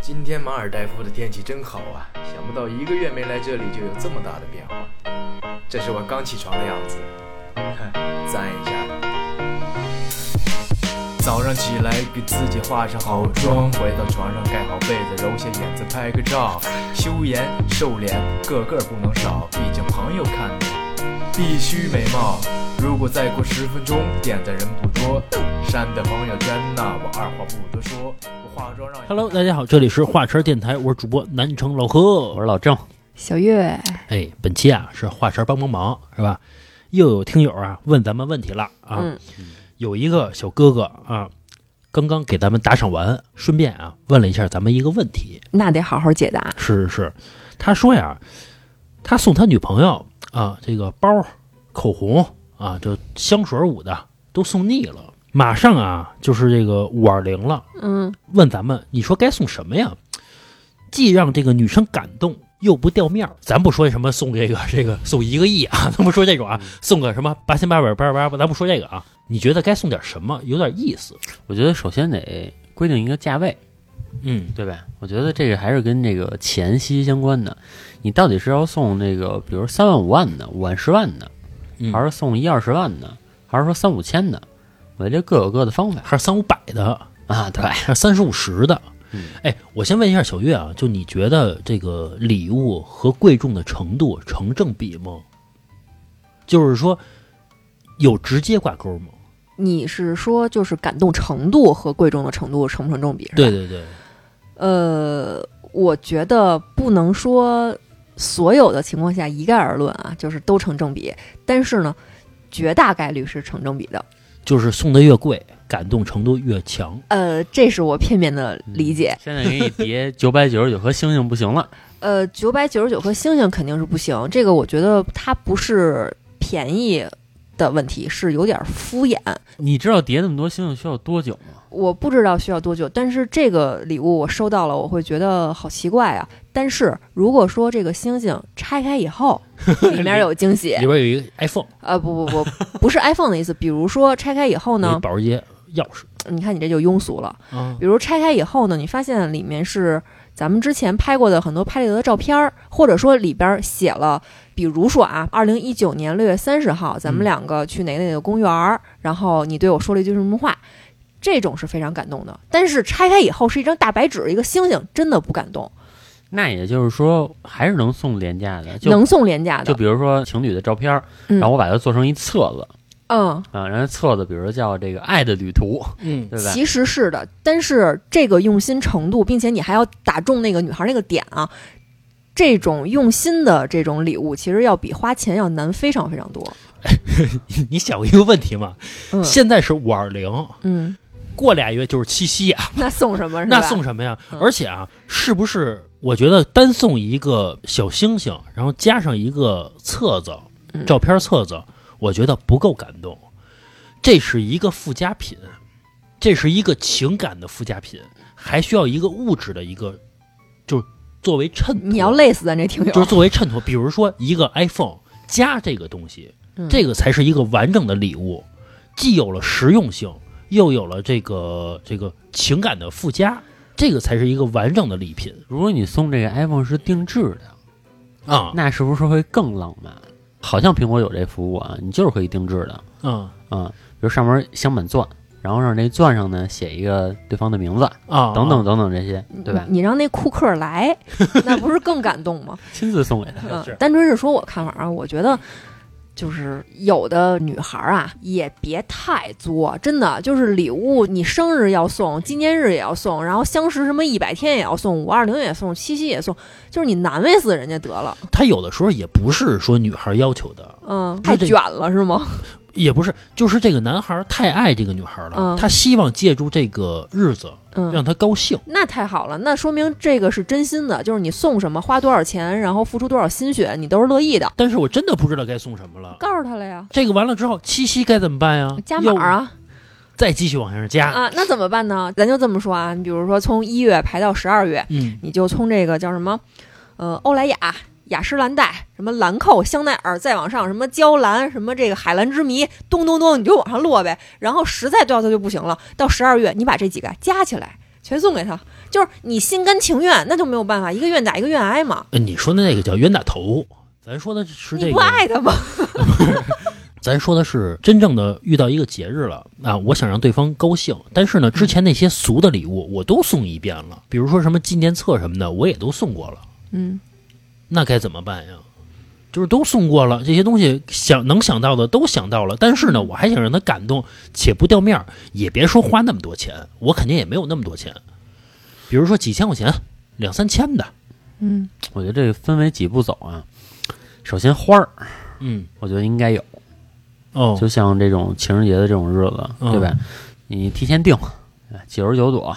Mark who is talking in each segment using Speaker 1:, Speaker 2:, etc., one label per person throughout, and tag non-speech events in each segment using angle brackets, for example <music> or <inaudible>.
Speaker 1: 今天马尔代夫的天气真好啊！想不到一个月没来这里就有这么大的变化。这是我刚起床的样子， <laughs> 哼，赞一下。早上起来给自己化上好妆，回到床上盖好被子，揉下眼子拍个照。修颜瘦脸个个不能少，毕竟朋友看你必须美貌。如果再过十分钟点的人不多，删的朋友圈呐、我二话不多说，我化妆让你
Speaker 2: Hello，大家
Speaker 1: <laughs>
Speaker 2: 好，这里是画圈电台，我是主播南城老何，我是老郑。
Speaker 3: 小月，
Speaker 2: 哎，本期啊是画圈帮帮忙，是吧？又有听友啊问咱们问题了啊，
Speaker 3: 嗯
Speaker 2: 有一个小哥哥啊，刚刚给咱们打赏完，顺便啊问了一下咱们一个问题，
Speaker 3: 那得好好解答。
Speaker 2: 是是，他说呀，他送他女朋友啊，这个包、口红啊，就香水舞的都送腻了，马上啊就是这个五二零了，
Speaker 3: 嗯，
Speaker 2: 问咱们，你说该送什么呀？既让这个女生感动，又不掉面儿。咱不说什么送这个这个送一个亿啊， <laughs> 咱不说这种啊，送个什么八千八百八十八，咱不说这个啊。你觉得该送点什么？有点意思。
Speaker 4: 我觉得首先得规定一个价位，
Speaker 2: 嗯，
Speaker 4: 对吧？我觉得这个还是跟这个钱息相关的。你到底是要送这个，比如三万、五万的，五万、十万的，
Speaker 2: 嗯
Speaker 4: 还是送一二十万的，还是说三五千的？我觉得各有各的方法
Speaker 2: 还是三五百的，
Speaker 3: <laughs>
Speaker 4: 啊。对，
Speaker 2: 还是三十五十的
Speaker 4: 嗯。
Speaker 2: 哎，我先问一下小月啊，就你觉得这个礼物和贵重的程度成正比吗？就是说，有直接挂钩吗？
Speaker 3: 你是说就是感动程度和贵重的程度成不成正比？是吧
Speaker 2: 对，对对，
Speaker 3: 呃，我觉得不能说所有的情况下一概而论啊，就是都成正比。但是呢，绝大概率是成正比的。
Speaker 2: 就是送的越贵，感动程度越强。
Speaker 3: 呃，这是我片面的理解。
Speaker 4: 现在给你叠九百九十九和星星不行了，
Speaker 3: 呃，九百九十九颗星星肯定是不行，这个我觉得它不是便宜的问题，是有点敷衍。
Speaker 4: 你知道叠那么多星星需要多久吗？
Speaker 3: 我不知道需要多久，但是这个礼物我收到了，我会觉得好奇怪啊。但是如果说这个星星拆开以后，里面有惊喜，
Speaker 2: 里边有一个 iPhone，
Speaker 3: 呃，不不不，不是 iPhone 的意思。比如说拆开以后
Speaker 2: 有
Speaker 3: 呢
Speaker 2: 一，保时捷钥匙
Speaker 3: 你看你这就庸俗了。
Speaker 2: 啊，
Speaker 3: 比如拆开以后呢，你发现里面是咱们之前拍过的很多拍立得照片儿，或者说里边儿写了，比如说啊，二零一九年六月三十号，咱们
Speaker 2: 嗯
Speaker 3: 两个去哪个哪个公园儿，然后你对我说了一句什么话，这种是非常感动的。但是拆开以后是一张大白纸，一个星星，真的不感动，
Speaker 4: 那也就是说，还是能送廉价的，就
Speaker 3: 能送廉价
Speaker 4: 就
Speaker 3: 的，
Speaker 4: 比如说情侣的照片儿，
Speaker 3: 嗯
Speaker 4: 然后我把它做成一册子
Speaker 3: 嗯。
Speaker 4: 啊，然后册子比如说叫这个《爱的旅途》，
Speaker 2: 嗯，
Speaker 4: 对吧？
Speaker 3: 其实是的，但是这个用心程度，并且你还要打中那个女孩那个点啊，这种用心的这种礼物，其实要比花钱要难非常非常多。
Speaker 2: <laughs> 你想过一个问题吗？
Speaker 3: 嗯
Speaker 2: 现在是五二零，
Speaker 3: 嗯，
Speaker 2: 过俩月就是七夕啊，
Speaker 3: 那送什么是吧？
Speaker 2: 那送什么呀？
Speaker 3: 嗯
Speaker 2: 而且啊，是不是我觉得单送一个小星星，然后加上一个册子，
Speaker 3: 嗯
Speaker 2: 照片册子，我觉得不够感动，这是一个附加品，这是一个情感的附加品，还需要一个物质的一个，就是作为衬托。
Speaker 3: 你要累死咱这听友，
Speaker 2: 就是作为衬托，比如说一个 iPhone 加这个东西，
Speaker 3: 嗯
Speaker 2: 这个才是一个完整的礼物，既有了实用性，又有了这个这个情感的附加，这个才是一个完整的礼品
Speaker 4: 如果你送这个 iPhone 是定制的，
Speaker 2: 啊
Speaker 4: 那是不是会更浪漫？好像苹果有这服务啊，你就是可以定制的
Speaker 2: 啊
Speaker 4: 啊、比如上面镶满钻，然后让这钻上呢写一个对方的名字，
Speaker 2: 啊！
Speaker 4: 等等等等这些，对吧？
Speaker 3: 嗯你让那库克
Speaker 2: <laughs>
Speaker 3: 来，那不是更感动吗？
Speaker 4: 亲自送给他，
Speaker 3: 嗯
Speaker 2: 是，
Speaker 3: 单纯是说我看法啊，我觉得就是有的女孩儿啊，也别太作，真的就是礼物，你生日要送，纪念日也要送，然后相识什么一百天也要送，五二零也送，七夕也送，就是你难为死人家得了，
Speaker 2: 他有的时候也不是说女孩要求的，
Speaker 3: 嗯，
Speaker 2: 那
Speaker 3: 太
Speaker 2: 这
Speaker 3: 卷了是吗？
Speaker 2: 也不是，就是这个男孩太爱这个女孩了，
Speaker 3: 嗯
Speaker 2: 他希望借助这个日子
Speaker 3: 嗯。
Speaker 2: 让她高兴。
Speaker 3: 那太好了，那说明这个是真心的，就是你送什么，花多少钱，然后付出多少心血，你都是乐意的。
Speaker 2: 但是我真的不知道该送什么了。
Speaker 3: 告诉他了呀，
Speaker 2: 这个完了之后，七夕该怎么办呀？
Speaker 3: 加码
Speaker 2: 又
Speaker 3: 儿啊
Speaker 2: 再继续往上加。
Speaker 3: 啊，那怎么办呢？咱就这么说啊，你比如说从一月排到十二月，
Speaker 2: 嗯，
Speaker 3: 你就从这个叫什么，呃，欧莱雅、雅诗兰黛、什么兰蔻、香奈儿，再往上什么娇兰、什么这个海蓝之谜，咚咚咚，你就往上落呗。然后实在掉它就不行了，到十二月你把这几个加起来全送给他，就是你心甘情愿，那就没有办法，一个愿打一个愿挨嘛。
Speaker 2: 呃你说的那个叫冤大头，咱说的是这
Speaker 3: 你
Speaker 2: 个
Speaker 3: 不爱他吗？
Speaker 2: 咱说的是真正的遇到一个节日了啊，我想让对方高兴，但是呢，之前那些俗的礼物我都送一遍了，比如说什么纪念册什么的，我也都送过了，
Speaker 3: <laughs> 嗯，
Speaker 2: 那该怎么办呀？就是都送过了，这些东西想能想到的都想到了，但是呢，我还想让他感动，且不掉面儿，也别说花那么多钱，我肯定也没有那么多钱，比如说几千块钱、两三千的，
Speaker 3: 嗯，
Speaker 4: 我觉得这个分为几步走啊。首先花儿，
Speaker 2: 嗯，
Speaker 4: 我觉得应该有，
Speaker 2: 哦，
Speaker 4: 就像这种情人节的这种日子，
Speaker 2: 嗯
Speaker 4: 对吧？你提前定，哎九十九朵，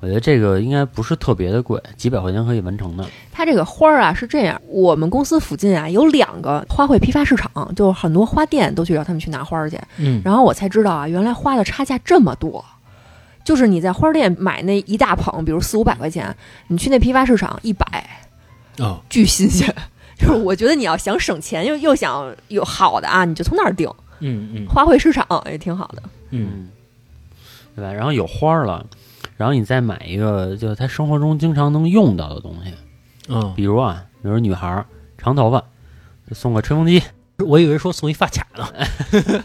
Speaker 4: 我觉得这个应该不是特别的贵，几百块钱可以完成的。
Speaker 3: 它这个花儿啊是这样，我们公司附近啊有两个花卉批发市场，就是很多花店都去找他们去拿花儿去。
Speaker 2: 嗯，
Speaker 3: 然后我才知道啊，原来花的差价这么多。就是你在花儿店买那一大捧，比如四五百块钱，你去那批发市场一百，
Speaker 2: 哦，
Speaker 3: 巨新鲜。 <laughs> 就是我觉得你要想省钱又又想有好的啊，你就从那儿订。
Speaker 2: 嗯嗯
Speaker 3: 花卉市场也挺好的。
Speaker 2: 嗯，
Speaker 4: 对吧？然后有花儿了，然后你再买一个，就是他生活中经常能用到的东西，
Speaker 2: 哦，
Speaker 4: 比如啊，比如女孩儿长头发，就送个吹风机，
Speaker 2: 我以为说送一发卡 <laughs> 呢，
Speaker 4: 对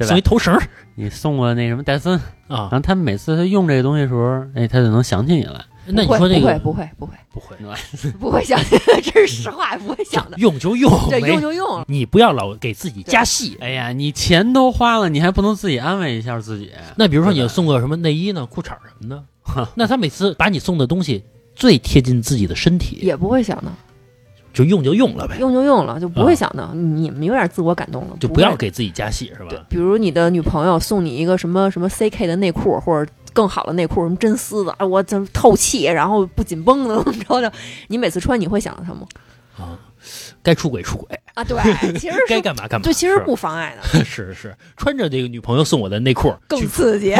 Speaker 4: 吧
Speaker 2: 送一？头绳儿
Speaker 4: 你送个那什么戴森，
Speaker 2: 啊
Speaker 4: 然，后他每次他用这个东西的时候，哎，他就能想起你来。
Speaker 2: 那你
Speaker 3: 不会
Speaker 2: 说这个
Speaker 3: 不会不会
Speaker 2: 不会
Speaker 3: 不会不会想 <laughs> 的，这是实话，不会想的。
Speaker 2: 用就用，
Speaker 3: 对，
Speaker 2: 没
Speaker 3: 用就用了。
Speaker 2: 你不要老给自己加戏。
Speaker 4: 哎呀，你钱都花了，你还不能自己安慰一下自己？
Speaker 2: 那比如说你
Speaker 4: 对吧
Speaker 2: 送个什么内衣呢、裤衩儿什么的，那他每次把你送的东西最贴近自己的身体，
Speaker 3: 也不会想的，
Speaker 2: 就用就用了呗，
Speaker 3: 用就用了，就不会想的。你们有点自我感动了，
Speaker 2: 啊就
Speaker 3: 不
Speaker 2: 不要
Speaker 3: 会
Speaker 2: 给自己加戏，是
Speaker 3: 对
Speaker 2: 吧？，
Speaker 3: 比如你的女朋友送你一个什么什么 CK 的内裤，或者更好的内裤，什么真丝的，啊，我怎么透气，然后不紧绷的，怎么着的？你每次穿，你会想到它吗？
Speaker 2: 该出轨出轨，
Speaker 3: 啊， <laughs> 对，其实
Speaker 2: 该
Speaker 3: 是，
Speaker 2: 干嘛干嘛。
Speaker 3: 对，其实
Speaker 2: 是
Speaker 3: 不妨碍
Speaker 2: <laughs>
Speaker 3: 的，
Speaker 2: 是是穿着这个女朋友送我的内裤，
Speaker 3: 更
Speaker 2: 去
Speaker 3: 刺激。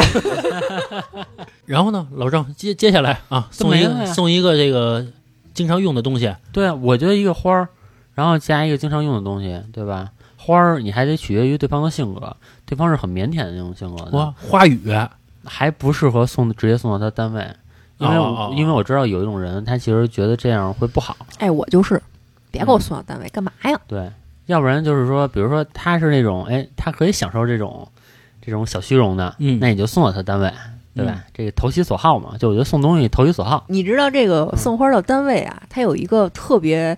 Speaker 2: 然后呢，老郑接接下来啊，
Speaker 4: 这
Speaker 2: 送一
Speaker 4: 没了
Speaker 2: 个
Speaker 4: 呀
Speaker 2: 送一个这个经常用的东西，
Speaker 4: 对啊，我觉得一个花儿，然后加一个经常用的东西，对吧？花儿你还得取决于对方的性格，对方是很腼腆的那种性格的，
Speaker 2: 哇，花语，
Speaker 4: 还不适合送直接送到他单位，因为我、
Speaker 2: 哦哦哦
Speaker 4: 因为我知道有一种人，他其实觉得这样会不好，
Speaker 3: <laughs> 哎，我就是，别给我送到单位，干嘛呀？
Speaker 4: 对，要不然就是说，比如说他是那种，哎，他可以享受这种这种小虚荣的，
Speaker 2: 嗯
Speaker 4: 那你就送到他单位，对吧？这个投其所好嘛，就我觉得送东西投其所好，
Speaker 3: 你知道这个送花到单位啊，它有一个特别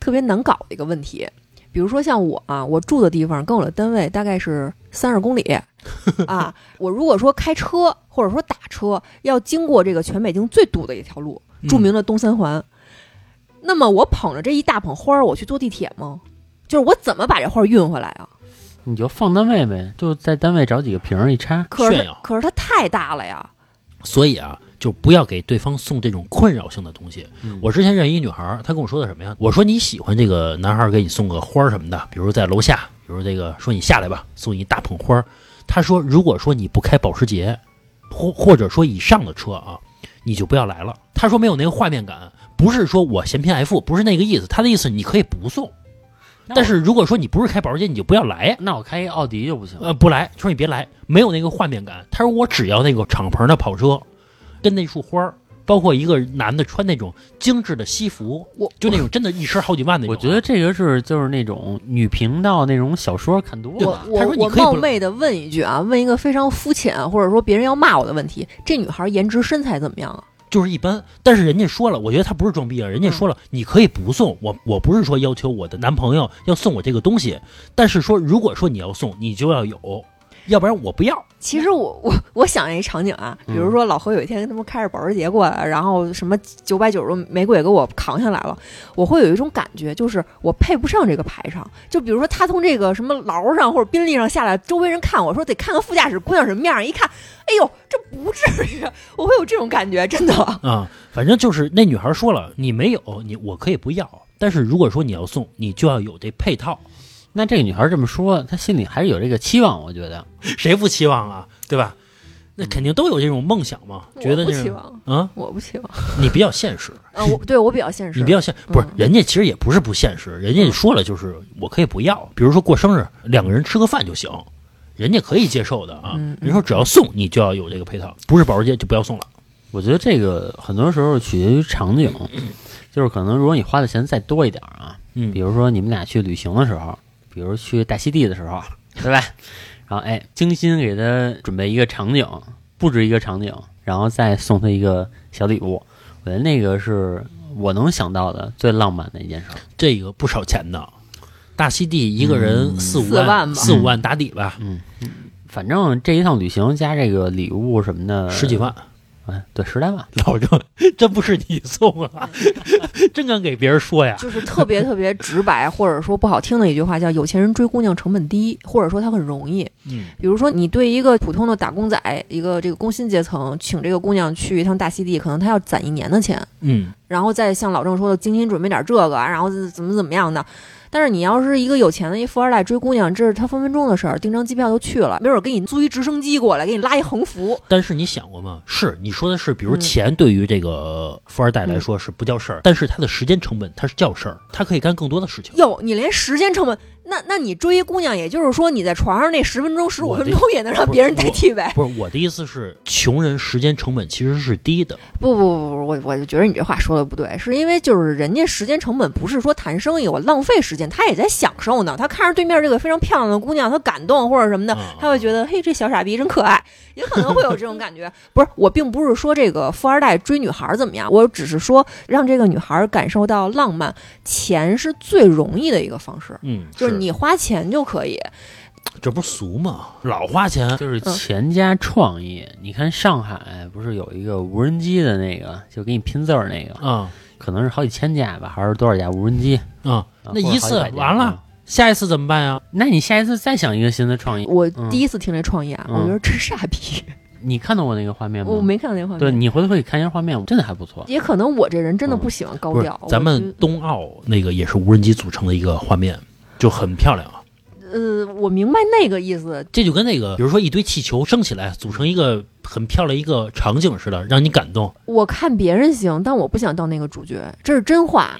Speaker 3: 特别难搞的一个问题。比如说像我啊，我住的地方跟我的单位大概是三
Speaker 2: <laughs>
Speaker 3: 十公里啊。我如果说开车或者说打车，要经过这个全北京最堵的一条路，
Speaker 2: 嗯
Speaker 3: 著名的东三环。那么我捧着这一大捧花儿，我去坐地铁吗？就是我怎么把这花儿运回来啊？
Speaker 4: 你就放单位呗，就在单位找几个瓶儿一插，
Speaker 3: 可是
Speaker 2: 炫耀
Speaker 3: 可是它太大了呀。
Speaker 2: 所以啊，就不要给对方送这种困扰性的东西。
Speaker 4: 嗯
Speaker 2: 我之前认识一女孩儿，她跟我说的什么呀？我说你喜欢这个男孩儿给你送个花儿什么的，比如在楼下，比如这个说你下来吧，送你一大捧花儿。她说，如果说你不开保时捷，或或者说以上的车啊，你就不要来了。她说没有那个画面感，不是说我嫌贫爱富，不是那个意思。她的意思你可以不送，
Speaker 4: 那我
Speaker 2: 但是如果说你不是开保时捷，你就不要来呀。
Speaker 4: 那我开一奥迪就不行，
Speaker 2: 呃，不来，说你别来，没有那个画面感。他说我只要那个敞篷的跑车，跟那束花儿，包括一个男的穿那种精致的西服，
Speaker 3: 我
Speaker 2: 就那种真的一身好几万那种
Speaker 4: 我
Speaker 2: 啊。
Speaker 4: 觉得这个是就是那种女频道那种小说看多
Speaker 2: 对
Speaker 4: 了
Speaker 2: 吧，
Speaker 3: 我我
Speaker 2: 他说你
Speaker 3: 我
Speaker 2: 可以
Speaker 3: 冒
Speaker 2: 不
Speaker 3: 昧的问一句啊，问一个非常肤浅或者说别人要骂我的问题：这女孩颜值身材怎么样啊？
Speaker 2: 就是一般，但是人家说了，我觉得他不是装逼啊，人
Speaker 4: 嗯
Speaker 2: 家说了，你可以不送我，我不是说要求我的男朋友要送我这个东西，但是说如果说你要送，你就要有，要不然我不要。
Speaker 3: 其实我我我想一场景啊，
Speaker 2: 嗯
Speaker 3: 比如说老何有一天他们开着保时捷过来，然后什么九百九十玫瑰也给我扛下来了，我会有一种感觉，就是我配不上这个排场。就比如说他从这个什么劳上或者宾利上下来，周围人看我说得看看副驾驶姑娘什么样，一看，哎呦，这不至于， <laughs> 我会有这种感觉，真的。
Speaker 4: 嗯
Speaker 2: 啊、反正就是那女孩说了，你没有，你我可以不要，但是如果说你要送，你就要有这配套，
Speaker 4: 那这个女孩这么说，她心里还是有这个期望，我觉得。
Speaker 2: 谁不期望啊？对吧？那肯定都有这种梦想嘛，觉得
Speaker 3: 我不
Speaker 2: 这
Speaker 3: 期
Speaker 2: 是
Speaker 3: 望，
Speaker 2: 啊，
Speaker 3: 我不期望。
Speaker 2: <laughs> 你比较现实，
Speaker 3: 呃，我对我比较现实，
Speaker 2: 你比较现，不是嗯
Speaker 3: 嗯
Speaker 2: 人家其实也不是不现实，人家说了就是我可以不要，比如说过生日两个人吃个饭就行，嗯人家可以接受的啊。人说只要送你就要有这个配套，不是保时捷就不要送了。
Speaker 4: 我觉得这个很多时候取决于
Speaker 2: <clears throat>
Speaker 4: 场景，就是可能如果你花的钱再多一点儿啊，
Speaker 2: 嗯
Speaker 4: 比如说你们俩去旅行的时候，比如去大溪地的时候，对吧？然后哎，精心给他准备一个场景，布置一个场景，然后再送他一个小礼物，我觉得那个是我能想到的最浪漫的一件事儿。
Speaker 2: 这个不少钱的。大溪地一个人四五
Speaker 3: 四万吧
Speaker 2: 四五万打底吧，
Speaker 4: 反正这一趟旅行加这个礼物什么的，
Speaker 2: 十几，万，
Speaker 4: 哎，对，十来万。
Speaker 2: 老郑， <laughs> 真不是你送
Speaker 3: <laughs>
Speaker 2: 啊，真敢给别人说呀！
Speaker 3: 就是特别特别直白，或者说不好听的一句话叫“有钱人追姑娘成本低”，或者说他很容易。
Speaker 2: 嗯，
Speaker 3: 比如说，你对一个普通的打工仔，一个这个工薪阶层，请这个姑娘去一趟大溪地，可能他要攒一年的钱，
Speaker 2: 嗯，
Speaker 3: 然后再像老郑说的精心准备点这个，啊然后怎么怎么样的。但是你要是一个有钱的一富二代追姑娘，这是他分分钟的事儿，订张机票就去了，没准儿给你租一直升机过来，给你拉一横幅。
Speaker 2: 但是你想过吗？是你说的是，比如
Speaker 3: 嗯
Speaker 2: 钱对于这个富二代来说是不叫事儿，但是他的时间成本他是叫事儿，他可以干更多的事情。
Speaker 3: 哟，你连时间成本，那那你追一姑娘，也就是说你在床上那十分钟、十五
Speaker 2: 我的
Speaker 3: 分钟也能让别人代替呗？
Speaker 2: 不是我的意思是，穷人时间成本其实是低的。
Speaker 3: 不不不不，我我就觉得你这话说的不对，是因为就是人家时间成本不是说谈生意我浪费时间，他也在享受呢。他看着对面这个非常漂亮的姑娘，他感动或者什么的
Speaker 2: 啊，
Speaker 3: 他会觉得嘿这小傻逼真可爱，也可能会有这种感觉。不是，我并不是说这个富二代追女孩怎么样，我只是说让这个女孩感受到浪漫，钱是最容易的一个方式，
Speaker 2: 嗯，
Speaker 3: 就是你花钱就可以。
Speaker 2: 这不是俗吗？老花钱，
Speaker 4: 就是
Speaker 3: 嗯
Speaker 4: 钱加创意。你看上海不是有一个无人机的那个，就给你拼字儿那个，
Speaker 2: 啊
Speaker 4: 可能是好几千架吧，还是多少架无人机？
Speaker 2: 啊，
Speaker 4: 啊
Speaker 2: 那一次
Speaker 4: 或者好几百架
Speaker 2: 完了，下一次怎么办呀？
Speaker 4: 那你下一次再想一个新的创意。
Speaker 3: 我
Speaker 4: 嗯
Speaker 3: 第一次听这创意啊，
Speaker 4: 嗯
Speaker 3: 我觉得真傻逼，
Speaker 4: 你看到过那个画面吗？
Speaker 3: 我没看到那画面。
Speaker 4: 对你回头可以看一下画面，真的还不错。
Speaker 3: 也可能我这人真的不喜欢高
Speaker 2: 不是
Speaker 3: 调。，
Speaker 2: 咱
Speaker 3: 我觉
Speaker 2: 们冬奥那个也是无人机组成的一个画面，就很漂亮啊。
Speaker 3: 呃，我明白那个意思，
Speaker 2: 这就跟那个，比如说一堆气球升起来，组成一个很漂亮一个场景似的，让你感动。
Speaker 3: 我看别人行，但我不想当那个主角，这是真话。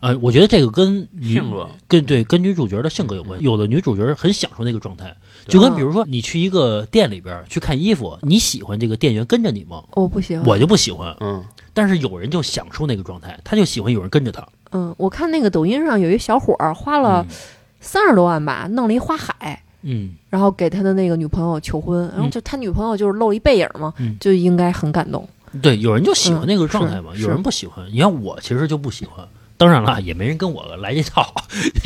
Speaker 2: 呃，我觉得这个跟女
Speaker 4: 性格
Speaker 2: 跟对跟女主角的性格有关。有的女主角很享受那个状态，就
Speaker 3: 啊
Speaker 2: 跟比如说你去一个店里边去看衣服，你喜欢这个店员跟着你吗？
Speaker 3: 我哦不喜欢。
Speaker 2: 我就不喜欢，
Speaker 4: 嗯，
Speaker 2: 但是有人就享受那个状态，他就喜欢有人跟着他。
Speaker 3: 嗯，我看那个抖音上有一小伙儿花了三十多万吧，弄了一花海，
Speaker 2: 嗯，
Speaker 3: 然后给他的那个女朋友求婚，然后就他女朋友就是露了一背影嘛，
Speaker 2: 嗯
Speaker 3: 就应该很感动。
Speaker 2: 嗯对，有人就喜欢那个状态嘛，
Speaker 3: 嗯是
Speaker 2: 有人不喜欢。你看我其实就不喜欢，当然了，也没人跟我来这套， <laughs>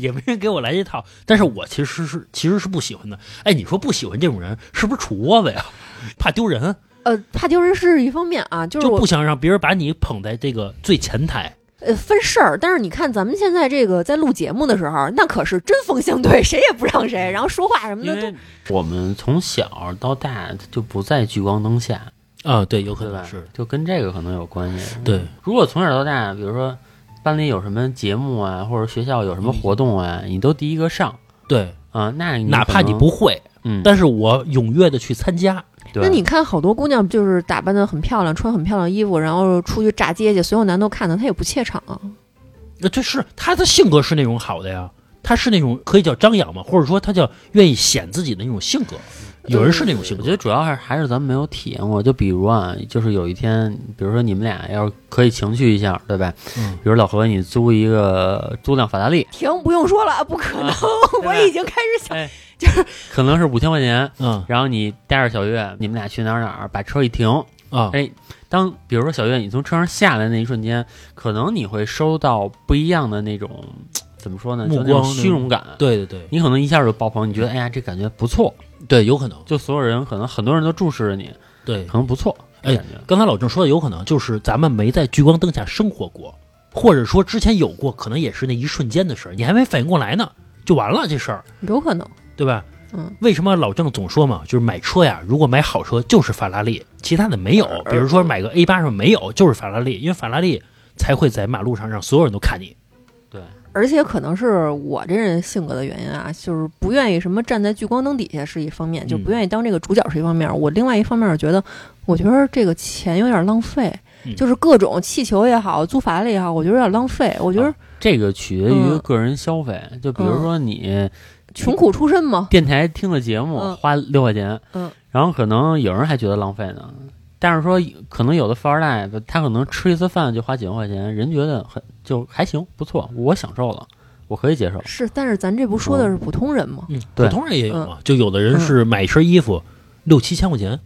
Speaker 2: 也没人给我来这套。但是我其实是其实是不喜欢的。哎，你说不喜欢这种人是不是杵窝子呀？怕丢人，
Speaker 3: 呃，怕丢人是一方面啊，就是
Speaker 2: 就
Speaker 3: 我
Speaker 2: 不想让别人把你捧在这个最前台。
Speaker 3: 呃分事儿，但是你看咱们现在这个在录节目的时候，那可是针锋相对，谁也不让谁，然后说话什么
Speaker 4: 因
Speaker 3: 的都
Speaker 4: 为我们从小到大就不在聚光灯下，
Speaker 2: 啊，对，有可
Speaker 4: 对吧？嗯
Speaker 2: 能是
Speaker 4: 就跟这个可能有关系。
Speaker 2: 对，
Speaker 4: 如果从小到大，比如说班里有什么节目啊，或者学校有什
Speaker 2: 嗯
Speaker 4: 么活动啊，你都第一个上
Speaker 2: 对，
Speaker 4: 啊，那你
Speaker 2: 哪怕
Speaker 4: 可
Speaker 2: 你
Speaker 4: 能
Speaker 2: 不会，
Speaker 4: 嗯，啊
Speaker 2: 但是我踊跃的去参加。
Speaker 4: 对
Speaker 3: 那你看，好多姑娘就是打扮的很漂亮，穿很漂亮衣服，然后出去炸街去，所有男都看到，她也不怯场啊。
Speaker 2: 那这是他的性格是那种好的呀，他是那种可以叫张扬嘛，或者说他叫愿意显自己的那种性格。有人是那种性
Speaker 4: 嗯我
Speaker 2: 格，
Speaker 4: 觉得主要还是还是咱们没有体验过。就比如啊，就是有一天，比如说你们俩要是可以情趣一下，对吧？
Speaker 2: 嗯
Speaker 4: 比如老何，你租一个租辆法拉利，
Speaker 3: 停，不用说了，不可能， <laughs> 我已经开始想，
Speaker 4: 哎可能是五千块钱，
Speaker 2: 嗯
Speaker 4: 然后你带着小月，你们俩去哪儿哪儿，把车一停，
Speaker 2: 啊，
Speaker 4: 哎，当比如说小月你从车上下来那一瞬间，可能你会收到不一样的那种怎么说呢，
Speaker 2: 目
Speaker 4: 就那种
Speaker 2: 光
Speaker 4: 虚荣感。
Speaker 2: 对对对
Speaker 4: 你可能一下就爆棚，你觉得哎呀这感觉不错，
Speaker 2: 对，有可能
Speaker 4: 就所有人可能很多人都注视着你，
Speaker 2: 对。
Speaker 4: 可能不错，
Speaker 2: 哎
Speaker 4: 感觉。
Speaker 2: 刚才老郑说的有可能，就是咱们没在聚光灯下生活过，或者说之前有过，可能也是那一瞬间的事儿，你还没反应过来呢，就完了这事儿，
Speaker 3: 有可能。
Speaker 2: 对吧？
Speaker 3: 嗯，
Speaker 2: 为什么老郑总说嘛，就是买车呀，如果买好车就是法拉利，其他的没有，比如说买个 A 八什么没有，就是法拉利，因为法拉利才会在马路上让所有人都看你。
Speaker 3: 而且可能是我这人性格的原因啊，就是不愿意什么站在聚光灯底下是一方面，就不愿意当这个主角是一方面。我另外一方面觉得，我觉得这个钱有点浪费，
Speaker 2: 嗯
Speaker 3: 就是各种气球也好，租法拉利也好，我觉得有点浪费。我觉得
Speaker 4: 这个取决于
Speaker 3: 嗯
Speaker 4: 个人消费，就比如说你
Speaker 3: 穷苦出身嘛，
Speaker 4: 电台听的节目
Speaker 3: 嗯
Speaker 4: 花六块钱，
Speaker 3: 嗯
Speaker 4: 然后可能有人还觉得浪费呢，但是说可能有的富二代，他可能吃一次饭就花几万块钱，人觉得很就还行，不错，我享受了，我可以接受。
Speaker 3: 是，但是咱这不说的是普通人吗？
Speaker 2: 嗯，普
Speaker 4: 对
Speaker 2: 通人也有嘛，就有的人是买一身衣服六七千块钱，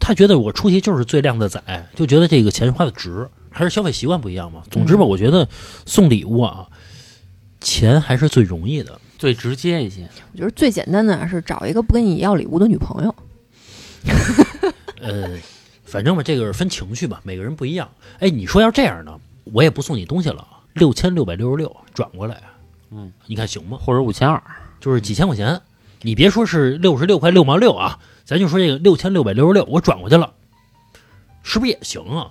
Speaker 2: 他觉得我出去就是最靓的仔，就觉得这个钱花的值，还是消费习惯不一样嘛。总之吧，我觉得送礼物啊，钱还是最容易的。
Speaker 4: 最直接一些，
Speaker 3: 我觉得最简单的是找一个不跟你要礼物的女朋友。
Speaker 2: 呃，反正吧，这个是分情绪吧，每个人不一样。哎，你说要这样呢，我也不送你东西了，六千六百六十六转过来，
Speaker 4: 嗯，
Speaker 2: 你看行吗？
Speaker 4: 或者五千二，
Speaker 2: 就是几千块钱，你别说是六十六块六毛六啊，咱就说这个六千六百六十六，我转过去了，是不是也行啊？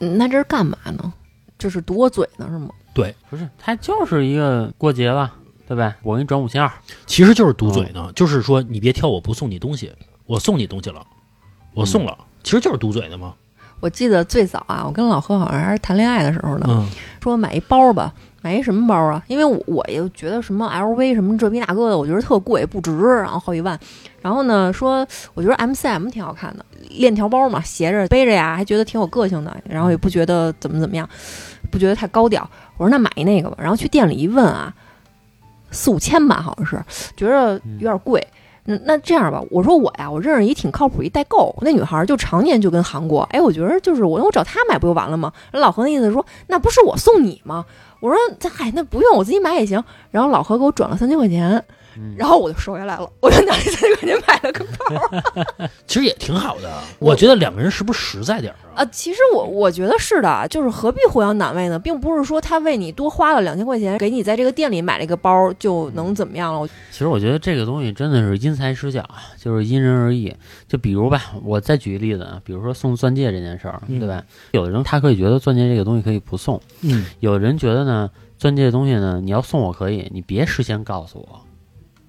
Speaker 3: 嗯那这是干嘛呢？这是堵我嘴呢是吗？
Speaker 4: 不是，他就是一个过节吧，对吧？我给你转五千二，
Speaker 2: 其实就是堵嘴呢，就是说你别挑我不送你东西，我送你东西了，我送了，其实就是堵嘴的嘛。
Speaker 3: 我记得最早啊，我跟老何好像还是谈恋爱的时候呢，
Speaker 2: 嗯，
Speaker 3: 说买一包吧，买一什么包啊？因为我我也觉得什么 LV 什么这逼那个的，我觉得特贵，不值，然后好几万。然后呢，说我觉得 MCM 挺好看的，链条包嘛，斜着背着呀，还觉得挺有个性的，然后也不觉得怎么怎么样，不觉得太高调。我说那买一那个吧。然后去店里一问啊，四五千吧，好像是，觉着有点贵。那那这样吧，我说我呀，我认识一挺靠谱一代购，那女孩儿就常年就跟韩国，哎，我觉得就是我我找她买不就完了吗？人老何那意思说，那不是我送你吗？我说这嗨，那不用我自己买也行。然后老何给我转了三千块钱，
Speaker 4: 嗯
Speaker 3: 然后我就收下来了， <laughs> 我就拿这三千块钱买了个包儿
Speaker 2: 其实也挺好的。我觉得两个人是不是实在点儿啊？
Speaker 3: 啊。其实我我觉得是的，啊就是何必互相难为呢？并不是说他为你多花了两千块钱，给你在这个店里买了一个包儿就能怎么样了。我
Speaker 4: 其实我觉得这个东西真的是因材施教，啊就是因人而异。就比如吧，我再举个例子啊，比如说送钻戒这件事儿，
Speaker 2: 嗯
Speaker 4: 对吧？有的人他可以觉得钻戒这个东西可以不送，
Speaker 2: 嗯，
Speaker 4: 有的人觉得呢，钻戒这东西呢，你要送我可以，你别事先告诉我，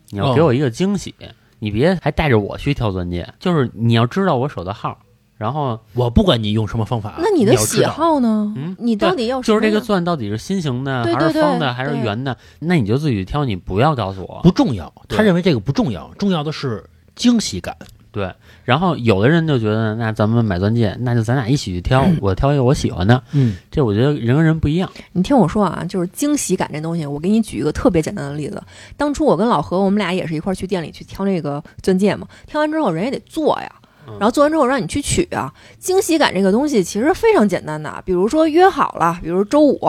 Speaker 4: 你要给
Speaker 2: 哦
Speaker 4: 我一个惊喜，你别还带着我去挑钻戒，就是你要知道我手的号，然
Speaker 3: 哦
Speaker 4: 后
Speaker 2: 我不管你用什么方法，
Speaker 3: 那你的
Speaker 2: 要知
Speaker 3: 喜
Speaker 2: 道，
Speaker 3: 好呢？
Speaker 4: 嗯
Speaker 3: 你到底要什
Speaker 4: 就是这
Speaker 3: 么
Speaker 4: 个
Speaker 3: 样
Speaker 4: 钻到底是心形的
Speaker 3: 对
Speaker 4: 还是
Speaker 3: 对
Speaker 4: 方
Speaker 3: 对
Speaker 4: 的还是
Speaker 3: 对
Speaker 4: 圆的，那你就自己挑，你不要告诉
Speaker 3: <laughs>
Speaker 4: 我。
Speaker 2: 不重要，他认为这个不重要，重要的是惊喜感。
Speaker 4: 对，然后有的人就觉得，那咱们买钻戒，那就咱俩一起去挑，我挑一个我喜欢的，
Speaker 2: 嗯，
Speaker 4: 这我觉得人跟人不一样。
Speaker 3: 你听我说啊，就是惊喜感这东西，我给你举一个特别简单的例子。当初我跟老何，我们俩也是一块儿去店里去挑那个钻戒嘛，挑完之后人也得做呀。
Speaker 2: 嗯
Speaker 3: 然后做完之后让你去取啊，惊喜感这个东西其实非常简单的，比如说约好了，比如周五，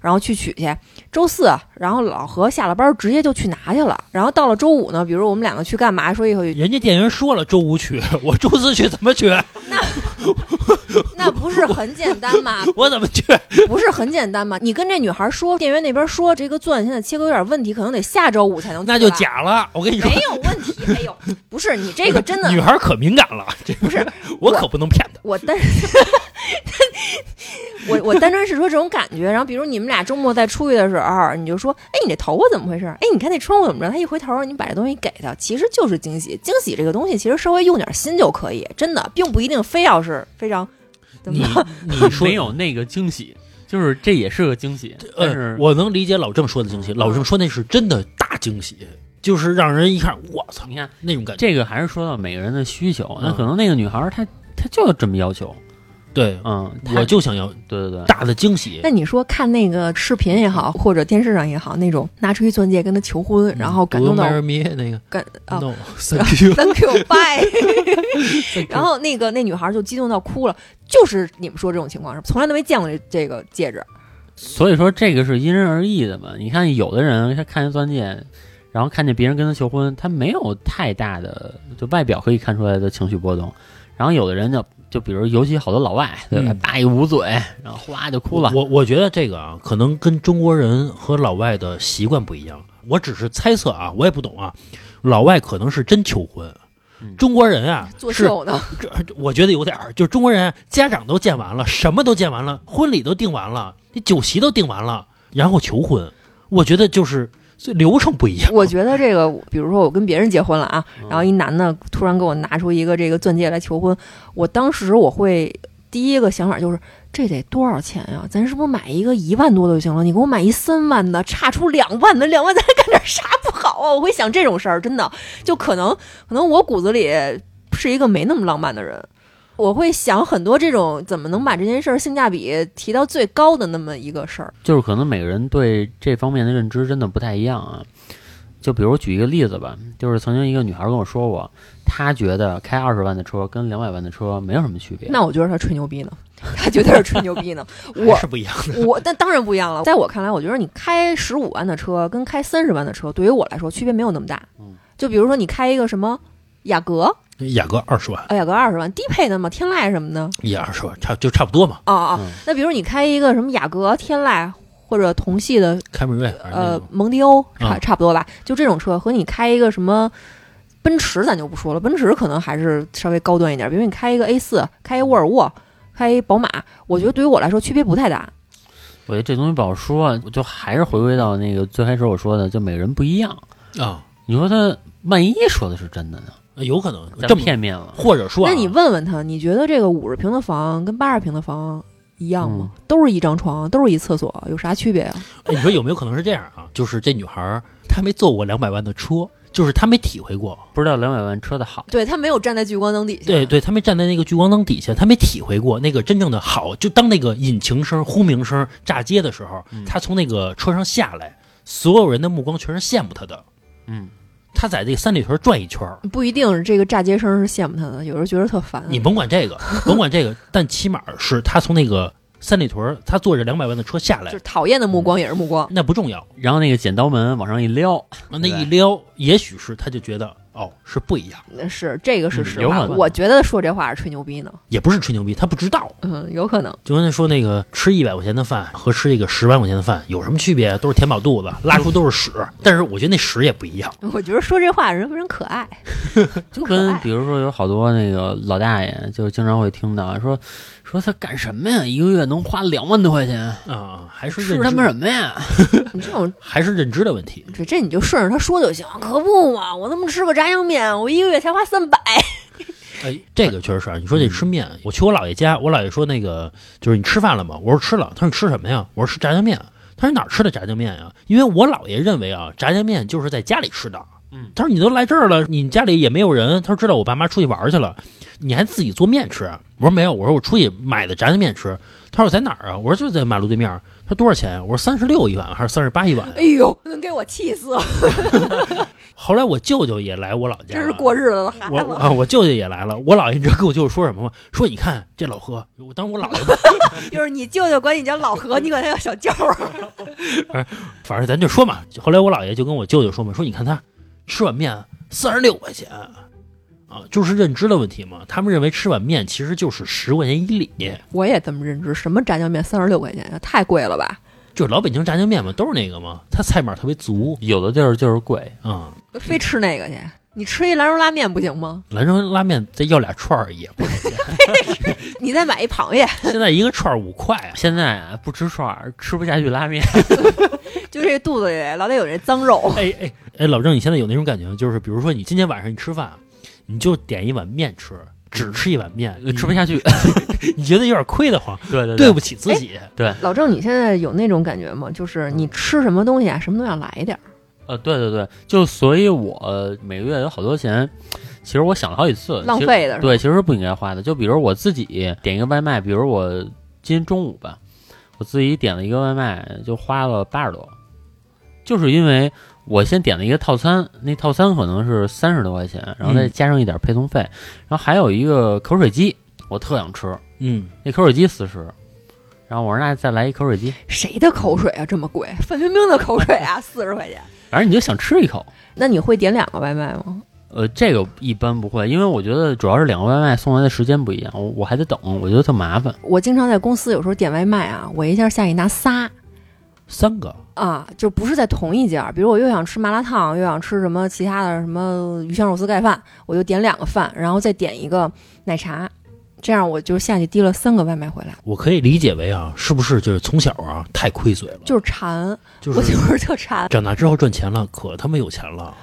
Speaker 3: 然后去取去，周四，然后老何下了班直接就去拿去了，然后到了周五呢，比如我们两个去干嘛，说
Speaker 2: <laughs>
Speaker 3: 以后
Speaker 2: 人家店员说了周五去， <laughs> 我周四去怎么去？ <laughs>
Speaker 3: 那不是很简单吗？
Speaker 2: <laughs> 我怎么去？
Speaker 3: 不是很简单吗？你跟这女孩说，店员那边说这个钻现在切割有点问题，可能得下周五才能取
Speaker 2: 那就
Speaker 3: 吧
Speaker 2: 假了。我跟你说
Speaker 3: 没，有问题，没有，不是你这个哎真的
Speaker 2: 女孩可敏感了， <laughs> 这
Speaker 3: 不是
Speaker 2: 我
Speaker 3: 我
Speaker 2: 可不能骗她。
Speaker 3: 我单，我我单纯是说这种感觉。然后比如你们俩周末再出去的时候，你就说，哎，你这头发怎么回事？哎，你看那窗户怎么着？他一回头，你把这东西给他，其实就是惊喜。惊喜这个东西，其实稍微用点心就可以，真的，并不一定非要是非常怎么
Speaker 2: 你
Speaker 3: 着。
Speaker 2: 你 <laughs>
Speaker 4: <laughs>
Speaker 2: 说
Speaker 4: 没有那个惊喜，就是这也是个惊喜，但
Speaker 2: 呃
Speaker 4: 是，
Speaker 2: 我能理解老郑说的惊喜。老郑说那是真的大惊喜，就是让人一看，我操
Speaker 4: 你看
Speaker 2: 那种感觉。
Speaker 4: 这个还是说到每个人的需求，那
Speaker 2: 嗯
Speaker 4: 可能那个女孩儿她她就这么要求，
Speaker 2: 对，
Speaker 4: 嗯，她
Speaker 2: 我就想要
Speaker 4: 对对对，
Speaker 2: 大的惊喜
Speaker 3: 那。你说看那个视频也好，或者电视上也好，那种拿出一钻戒跟他求婚，然后感动到
Speaker 2: Do you marry me 那个
Speaker 3: 感啊
Speaker 2: no，thank
Speaker 3: <laughs>
Speaker 2: you。
Speaker 3: Thank you, bye。然后那个那女孩就激动到哭了，就是你们说这种情况是吧从来都没见过这这个戒指，
Speaker 4: 所以说这个是因人而异的嘛。你看有的人他看见钻戒，然后看见别人跟他求婚，他没有太大的就外表可以看出来的情绪波动，然后有的人就就比如尤其好多老外对吧
Speaker 2: 嗯，
Speaker 4: 叭、一捂嘴，然后哗就哭了。
Speaker 2: 我我觉得这个啊，可能跟中国人和老外的习惯不一样。我只是猜测啊，我也不懂啊。老外可能是真求婚，
Speaker 4: 嗯
Speaker 2: 中国人啊
Speaker 3: 作
Speaker 2: 是
Speaker 3: 秀呢。
Speaker 2: 这我觉得有点儿，就是中国人啊家长都见完了，什么都见完了，婚礼都定完了，你酒席都定完了，然后求婚，我觉得就是这流程不一样。
Speaker 3: 我觉得这个，比如说我跟别人结婚了啊，
Speaker 4: 嗯
Speaker 3: 然后一男的突然给我拿出一个这个钻戒来求婚，我当时我会第一个想法就是这得多少钱呀、咱是不是买一个一万多的就行了？你给我买一三万的，差出两万的，两万咱干点啥不好啊？我会想这种事儿，真的就可能可能我骨子里是一个没那么浪漫的人。我会想很多这种怎么能把这件事儿性价比提到最高的那么一个事儿。
Speaker 4: 就是可能每个人对这方面的认知真的不太一样啊。就比如举一个例子吧，就是曾经一个女孩跟我说过，她觉得开二十万的车跟两百万的车没有什么区别。
Speaker 3: 那我觉得他吹牛逼呢，他绝对是吹牛逼呢。我
Speaker 2: 是不一样的。
Speaker 3: <laughs> 我那当然不一样了。在我看来，我觉得你开十五万的车跟开三十万的车，对于我来说区别没有那么大
Speaker 4: 嗯。
Speaker 3: 就比如说你开一个什么雅阁，
Speaker 2: <laughs> 雅阁二十万
Speaker 3: 呃，雅阁二十万低配的嘛，天籁什么的，
Speaker 2: 也二十万，差就差不多嘛。
Speaker 3: 哦哦，
Speaker 4: 嗯
Speaker 3: 那比如你开一个什么雅阁、天籁或者同系的
Speaker 2: 凯美瑞
Speaker 4: 哎
Speaker 2: 反正那
Speaker 3: 呃
Speaker 2: 种
Speaker 3: 蒙迪欧差
Speaker 2: 嗯
Speaker 3: 差不多吧，就这种车和你开一个什么奔驰，咱就不说了，奔驰可能还是稍微高端一点，比如你开一个 A 四，开一沃尔沃，开一宝马，我觉得对于我来说区别不太大。
Speaker 4: 我觉得这东西不好说啊，就还是回归到那个最开始我说的，就每个人不一样。
Speaker 2: 啊、
Speaker 4: 你说他万一说的是真的呢？
Speaker 2: 有可能
Speaker 4: 咱
Speaker 2: 这么
Speaker 4: 片面了。
Speaker 2: 或者说、啊，
Speaker 3: 那你问问他，你觉得这个五十平的房跟八十平的房一样吗？都是一张床，都是一厕所，有啥区别啊？
Speaker 2: 哎，你说有没有可能是这样啊？就是这女孩儿她没坐过两百万的车，就是她没体会过，
Speaker 4: 不知道两百万车的好，
Speaker 3: 对他没有站在聚光灯底下，
Speaker 2: 对对，她没站在那个聚光灯底下，她没体会过那个真正的好。就当那个引擎声、轰鸣声炸街的时候，她从那个车上下来，所有人的目光全是羡慕她的。
Speaker 4: 嗯，
Speaker 2: 她在这个三里屯转一圈儿，
Speaker 3: 不一定这个炸街声是羡慕他的，有时候觉得特烦。
Speaker 2: 你甭管这个，甭管这个，但起码是她从那个三里屯儿，她坐着两百万的车下
Speaker 3: 就
Speaker 2: 来
Speaker 3: 是，讨厌的目光也是目光。
Speaker 2: 那不重要。
Speaker 4: 然后那个剪刀门往上一撩，
Speaker 2: 那
Speaker 4: 对
Speaker 2: 一撩，也许是她就觉得哦，是不一样，
Speaker 3: 那是这个是
Speaker 4: 嗯
Speaker 3: 实
Speaker 4: 有
Speaker 3: 话，
Speaker 4: 可能
Speaker 3: 我觉得说这话是吹牛逼呢。
Speaker 2: 也不是吹牛逼，她不知道。
Speaker 3: 嗯，有可 <laughs> 能。
Speaker 2: 就跟他说那个吃一百块钱的饭和吃一个十万块钱的饭有什么区别？都是填饱肚子，拉出都是屎。但是我觉得那屎也不一样。
Speaker 3: 我觉得说这话人非常可 <laughs> 爱，就可
Speaker 4: 跟
Speaker 3: 爱
Speaker 4: 比。如说有好多那个老大爷，就经常会听到说说他干什么呀？一个月能花两万多块钱，
Speaker 2: 啊、还是认
Speaker 4: 是
Speaker 2: 知
Speaker 4: 他妈什么呀？
Speaker 3: 你这种
Speaker 2: 还是认知的问题。
Speaker 3: 这这你就顺着他说就行，可不嘛！我他妈吃个炸酱面，我一个月才花三百。
Speaker 2: 哎，这个确实是啊。你说这吃面，我去我姥爷家，我姥爷说那个就是你吃饭了吗？我说吃了。他说你吃什么呀？我说吃炸酱面。他说哪儿吃的炸酱面呀？因为我姥爷认为啊，炸酱面就是在家里吃的。
Speaker 4: 嗯，
Speaker 2: 他说你都来这儿了，你家里也没有人。他说知道我爸妈出去玩儿去了，你还自己做面吃？我说没有，我说我出去买的炸酱面吃。他说在哪儿啊？我说就在马路对面儿。他说多少钱呀？我说三十六一碗还是三十八一碗？
Speaker 3: 哎呦，能给我气死！
Speaker 2: 后来我舅舅也来我老家
Speaker 3: 真
Speaker 2: 了，
Speaker 3: 是过日子的孩
Speaker 2: 我
Speaker 3: 子。
Speaker 2: 啊，我舅舅也来了。我姥爷你知道跟我舅舅说什么吗？说你看这老何，我当时我姥爷
Speaker 3: 就是你舅舅管你叫老 <laughs> 何，你管他叫小舅儿。
Speaker 2: <laughs> 反正咱就说嘛。后来我姥爷就跟我舅舅说嘛，说你看他吃碗面三十六块钱啊，就是认知的问题嘛。他们认为吃碗面其实就是十块钱一里，
Speaker 3: 我也这么认知，什么炸酱面三十六块钱呀，太贵了吧？
Speaker 2: 就是老北京炸酱面嘛，都是那个嘛，它菜码特别足
Speaker 4: 有的地儿就是贵，
Speaker 2: 啊。
Speaker 3: 非吃那个去。你吃一兰州拉面不行吗？
Speaker 2: 兰州拉面再要俩串儿也不少钱，
Speaker 3: 你再买一螃蟹， <laughs>
Speaker 2: 现在一个串儿五块啊。
Speaker 4: 现在啊不吃串儿吃不下去拉面，
Speaker 3: 就这肚子里老得有这脏肉。
Speaker 2: 哎哎哎，老郑，你现在有那种感觉吗，就是比如说你今天晚上你吃饭，你就点一碗面吃，只吃一碗面，你
Speaker 4: 吃不下去。
Speaker 2: 你觉得有点亏得慌，
Speaker 4: 嗯 <laughs> 对对
Speaker 2: 对不哎起自己。
Speaker 3: 老郑，你现在有那种感觉吗？就是你吃什么东西啊，什么都想来一点儿。
Speaker 4: 呃，对对对，就所以我，每个月有好多钱，其实我想了好几次，
Speaker 3: 浪
Speaker 4: 其实
Speaker 3: 费的是吧
Speaker 4: 对，其实是不应该花的。就比如我自己点一个外卖，比如我今天中午吧，我自己点了一个外卖，就花了八十多，就是因为我先点了一个套餐，那套餐可能是三十多块钱，然后再
Speaker 2: 嗯
Speaker 4: 加上一点配送费，然后还有一个口水鸡，我特想吃，
Speaker 2: 嗯，
Speaker 4: 那口水鸡四十，然后我说那再来一口水鸡，
Speaker 3: 谁的口水啊这么贵？范冰冰的口水 <laughs> 啊，四十块钱。
Speaker 4: 反正你就想吃一口。
Speaker 3: 那你会点两个外卖吗？
Speaker 4: 呃，这个一般不会，因为我觉得主要是两个外卖送来的时间不一样，我我还得等，我觉得特麻烦。
Speaker 3: 我经常在公司有时候点外卖啊，我一下下去拿仨
Speaker 2: 三个
Speaker 3: 啊，就不是在同一家。比如我又想吃麻辣烫，又想吃什么其他的什么鱼香肉丝盖饭，我就点两个饭，然后再点一个奶茶，这样我就下去提了三个外卖回来，
Speaker 2: 我可以理解为啊，是不是就是从小啊太亏嘴了？
Speaker 3: 就是馋，
Speaker 2: 就 <laughs>
Speaker 3: 我就是是特馋。
Speaker 2: 长大之后赚钱了，可他妈有钱了。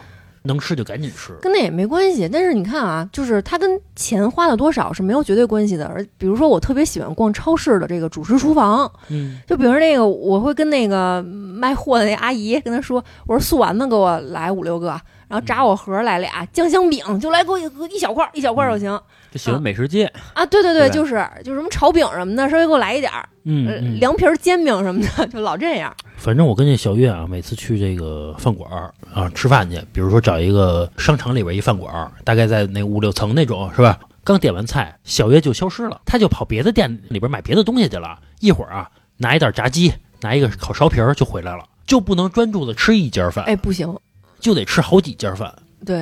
Speaker 2: 能吃就赶紧吃。
Speaker 3: 跟那也没关系。但是你看啊，就是它跟钱花了多少是没有绝对关系的。而比如说，我特别喜欢逛超市的这个主食厨房，
Speaker 2: 嗯，
Speaker 3: 就比如那个，我会跟那个卖货的那阿姨跟她说，我说素丸子给我来五六个，然后炸
Speaker 2: 嗯
Speaker 3: 火盒来俩，酱香饼就来给我一个一小块儿一小块
Speaker 2: 嗯
Speaker 3: 儿就行、
Speaker 4: 就喜欢美食
Speaker 2: 呃
Speaker 4: 界，
Speaker 3: 啊。对对对，
Speaker 4: 对吧
Speaker 3: 就是就是什么炒饼什么的，稍微给我来一点儿，
Speaker 2: 嗯
Speaker 3: 呃
Speaker 2: 嗯
Speaker 3: 凉皮儿、煎饼什么的，就老这样。
Speaker 2: 反正我跟这小月啊，每次去这个饭馆儿啊吃饭去，比如说找一个商场里边一饭馆儿，大概在那五六层那种，是吧？刚点完菜，小月就消失了，她就跑别的店里边买别的东西去了。一会儿啊，拿一袋炸鸡，拿一个烤苕皮儿就回来了，就不能专注的吃一家饭，
Speaker 3: 哎，不行，
Speaker 2: 就得吃好几家饭。
Speaker 3: 对，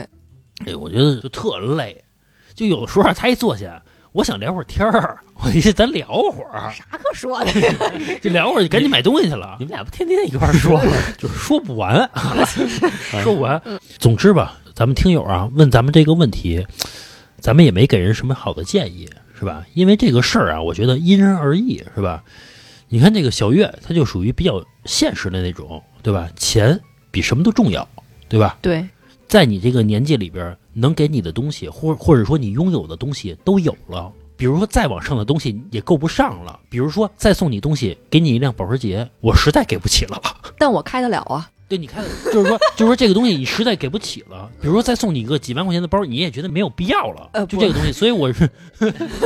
Speaker 2: 哎，我觉得就特累，就有的时候啊她一坐下， <laughs> 我想聊会儿天儿，我一思咱聊会儿，
Speaker 3: 啥 <laughs> 可说的呀？
Speaker 2: 就聊会儿，就赶紧买东西去了
Speaker 4: 你。们俩不天天一块儿 <laughs> 说吗？
Speaker 2: 就是说不完，说不完。总之吧，咱们听友啊问咱们这个问题，咱们也没给人什么好的建议，是吧？因为这个事儿啊，我觉得因人而异，是吧？你看这个小月，她就属于比较现实的那种，对吧？钱比什么都重要，对吧？
Speaker 3: 对，
Speaker 2: 在你这个年纪里边，能给你的东西，或或者说你拥有的东西都有了。比如说再往上的东西也够不上了，比如说再送你东西，给你一辆保时捷，我实在给不起了。
Speaker 3: 但我开得了啊。
Speaker 2: 对，你看，就是说，就是说这个东西你实在给不起了，比如说再送你一个几万块钱的包，你也觉得没有必要了，
Speaker 3: 呃
Speaker 2: 就
Speaker 3: 不
Speaker 2: 这个东西，所以我是，
Speaker 3: <laughs>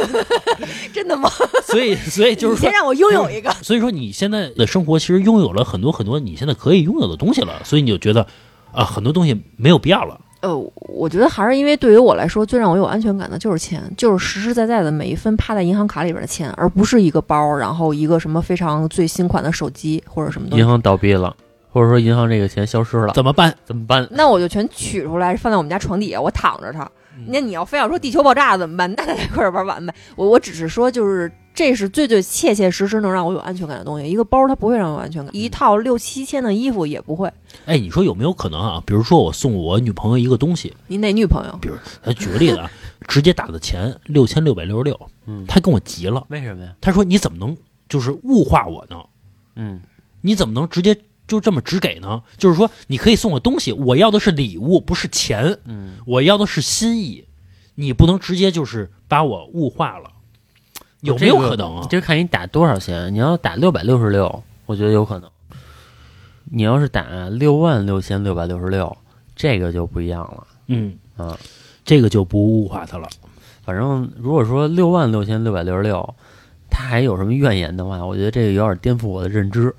Speaker 3: 真的吗？
Speaker 2: 所以，所以就是
Speaker 3: <laughs> 你
Speaker 2: 说
Speaker 3: 先，让我拥有一个。
Speaker 2: 所以说你现在的生活其实拥有了很多很多你现在可以拥有的东西了，所以你就觉得啊，很多东西没有必要了。
Speaker 3: 呃，我觉得还是因为对于我来说，最让我有安全感的就是钱，就是实实在在的每一分趴在银行卡里边的钱，而不是一个包，然后一个什么非常最新款的手机或者什么东
Speaker 4: 银
Speaker 3: 西。
Speaker 4: 行倒闭了，或者说银行这个钱消失了，
Speaker 2: 怎么办？
Speaker 4: 怎么办？
Speaker 3: 那我就全取出来放在我们家床底下，我躺着它。那你要非要说地球爆炸怎么办？那咱快点玩完呗。我我只是说，就是这是最最切切实实能让我有安全感的东西。一个包它不会让我有安全感，一套六七千的衣服也不会。
Speaker 2: 哎，你说有没有可能啊？比如说我送我女朋友一个东西，
Speaker 3: 你哪女朋友？
Speaker 2: 咱举个例子啊，直接打的钱六千六百六十六，
Speaker 4: 嗯
Speaker 2: 她跟我急了，
Speaker 4: 为什么呀？
Speaker 2: 她说你怎么能就是物化我呢？
Speaker 4: 嗯，
Speaker 2: 你怎么能直接就这么只给呢？就是说，你可以送我东西，我要的是礼物，不是钱。
Speaker 4: 嗯，
Speaker 2: 我要的是心意，你不能直接就是把我物化了，有没有可能啊？
Speaker 4: 就是看你打多少钱。你要打六百六十六，我觉得有可能。你要是打六万六千六百六十六，这个就不一样了。
Speaker 2: 嗯
Speaker 4: 啊，
Speaker 2: 这个就不物化他了。
Speaker 4: 反正如果说六万六千六百六十六，他还有什么怨言的话，我觉得这个有点颠覆我的认知。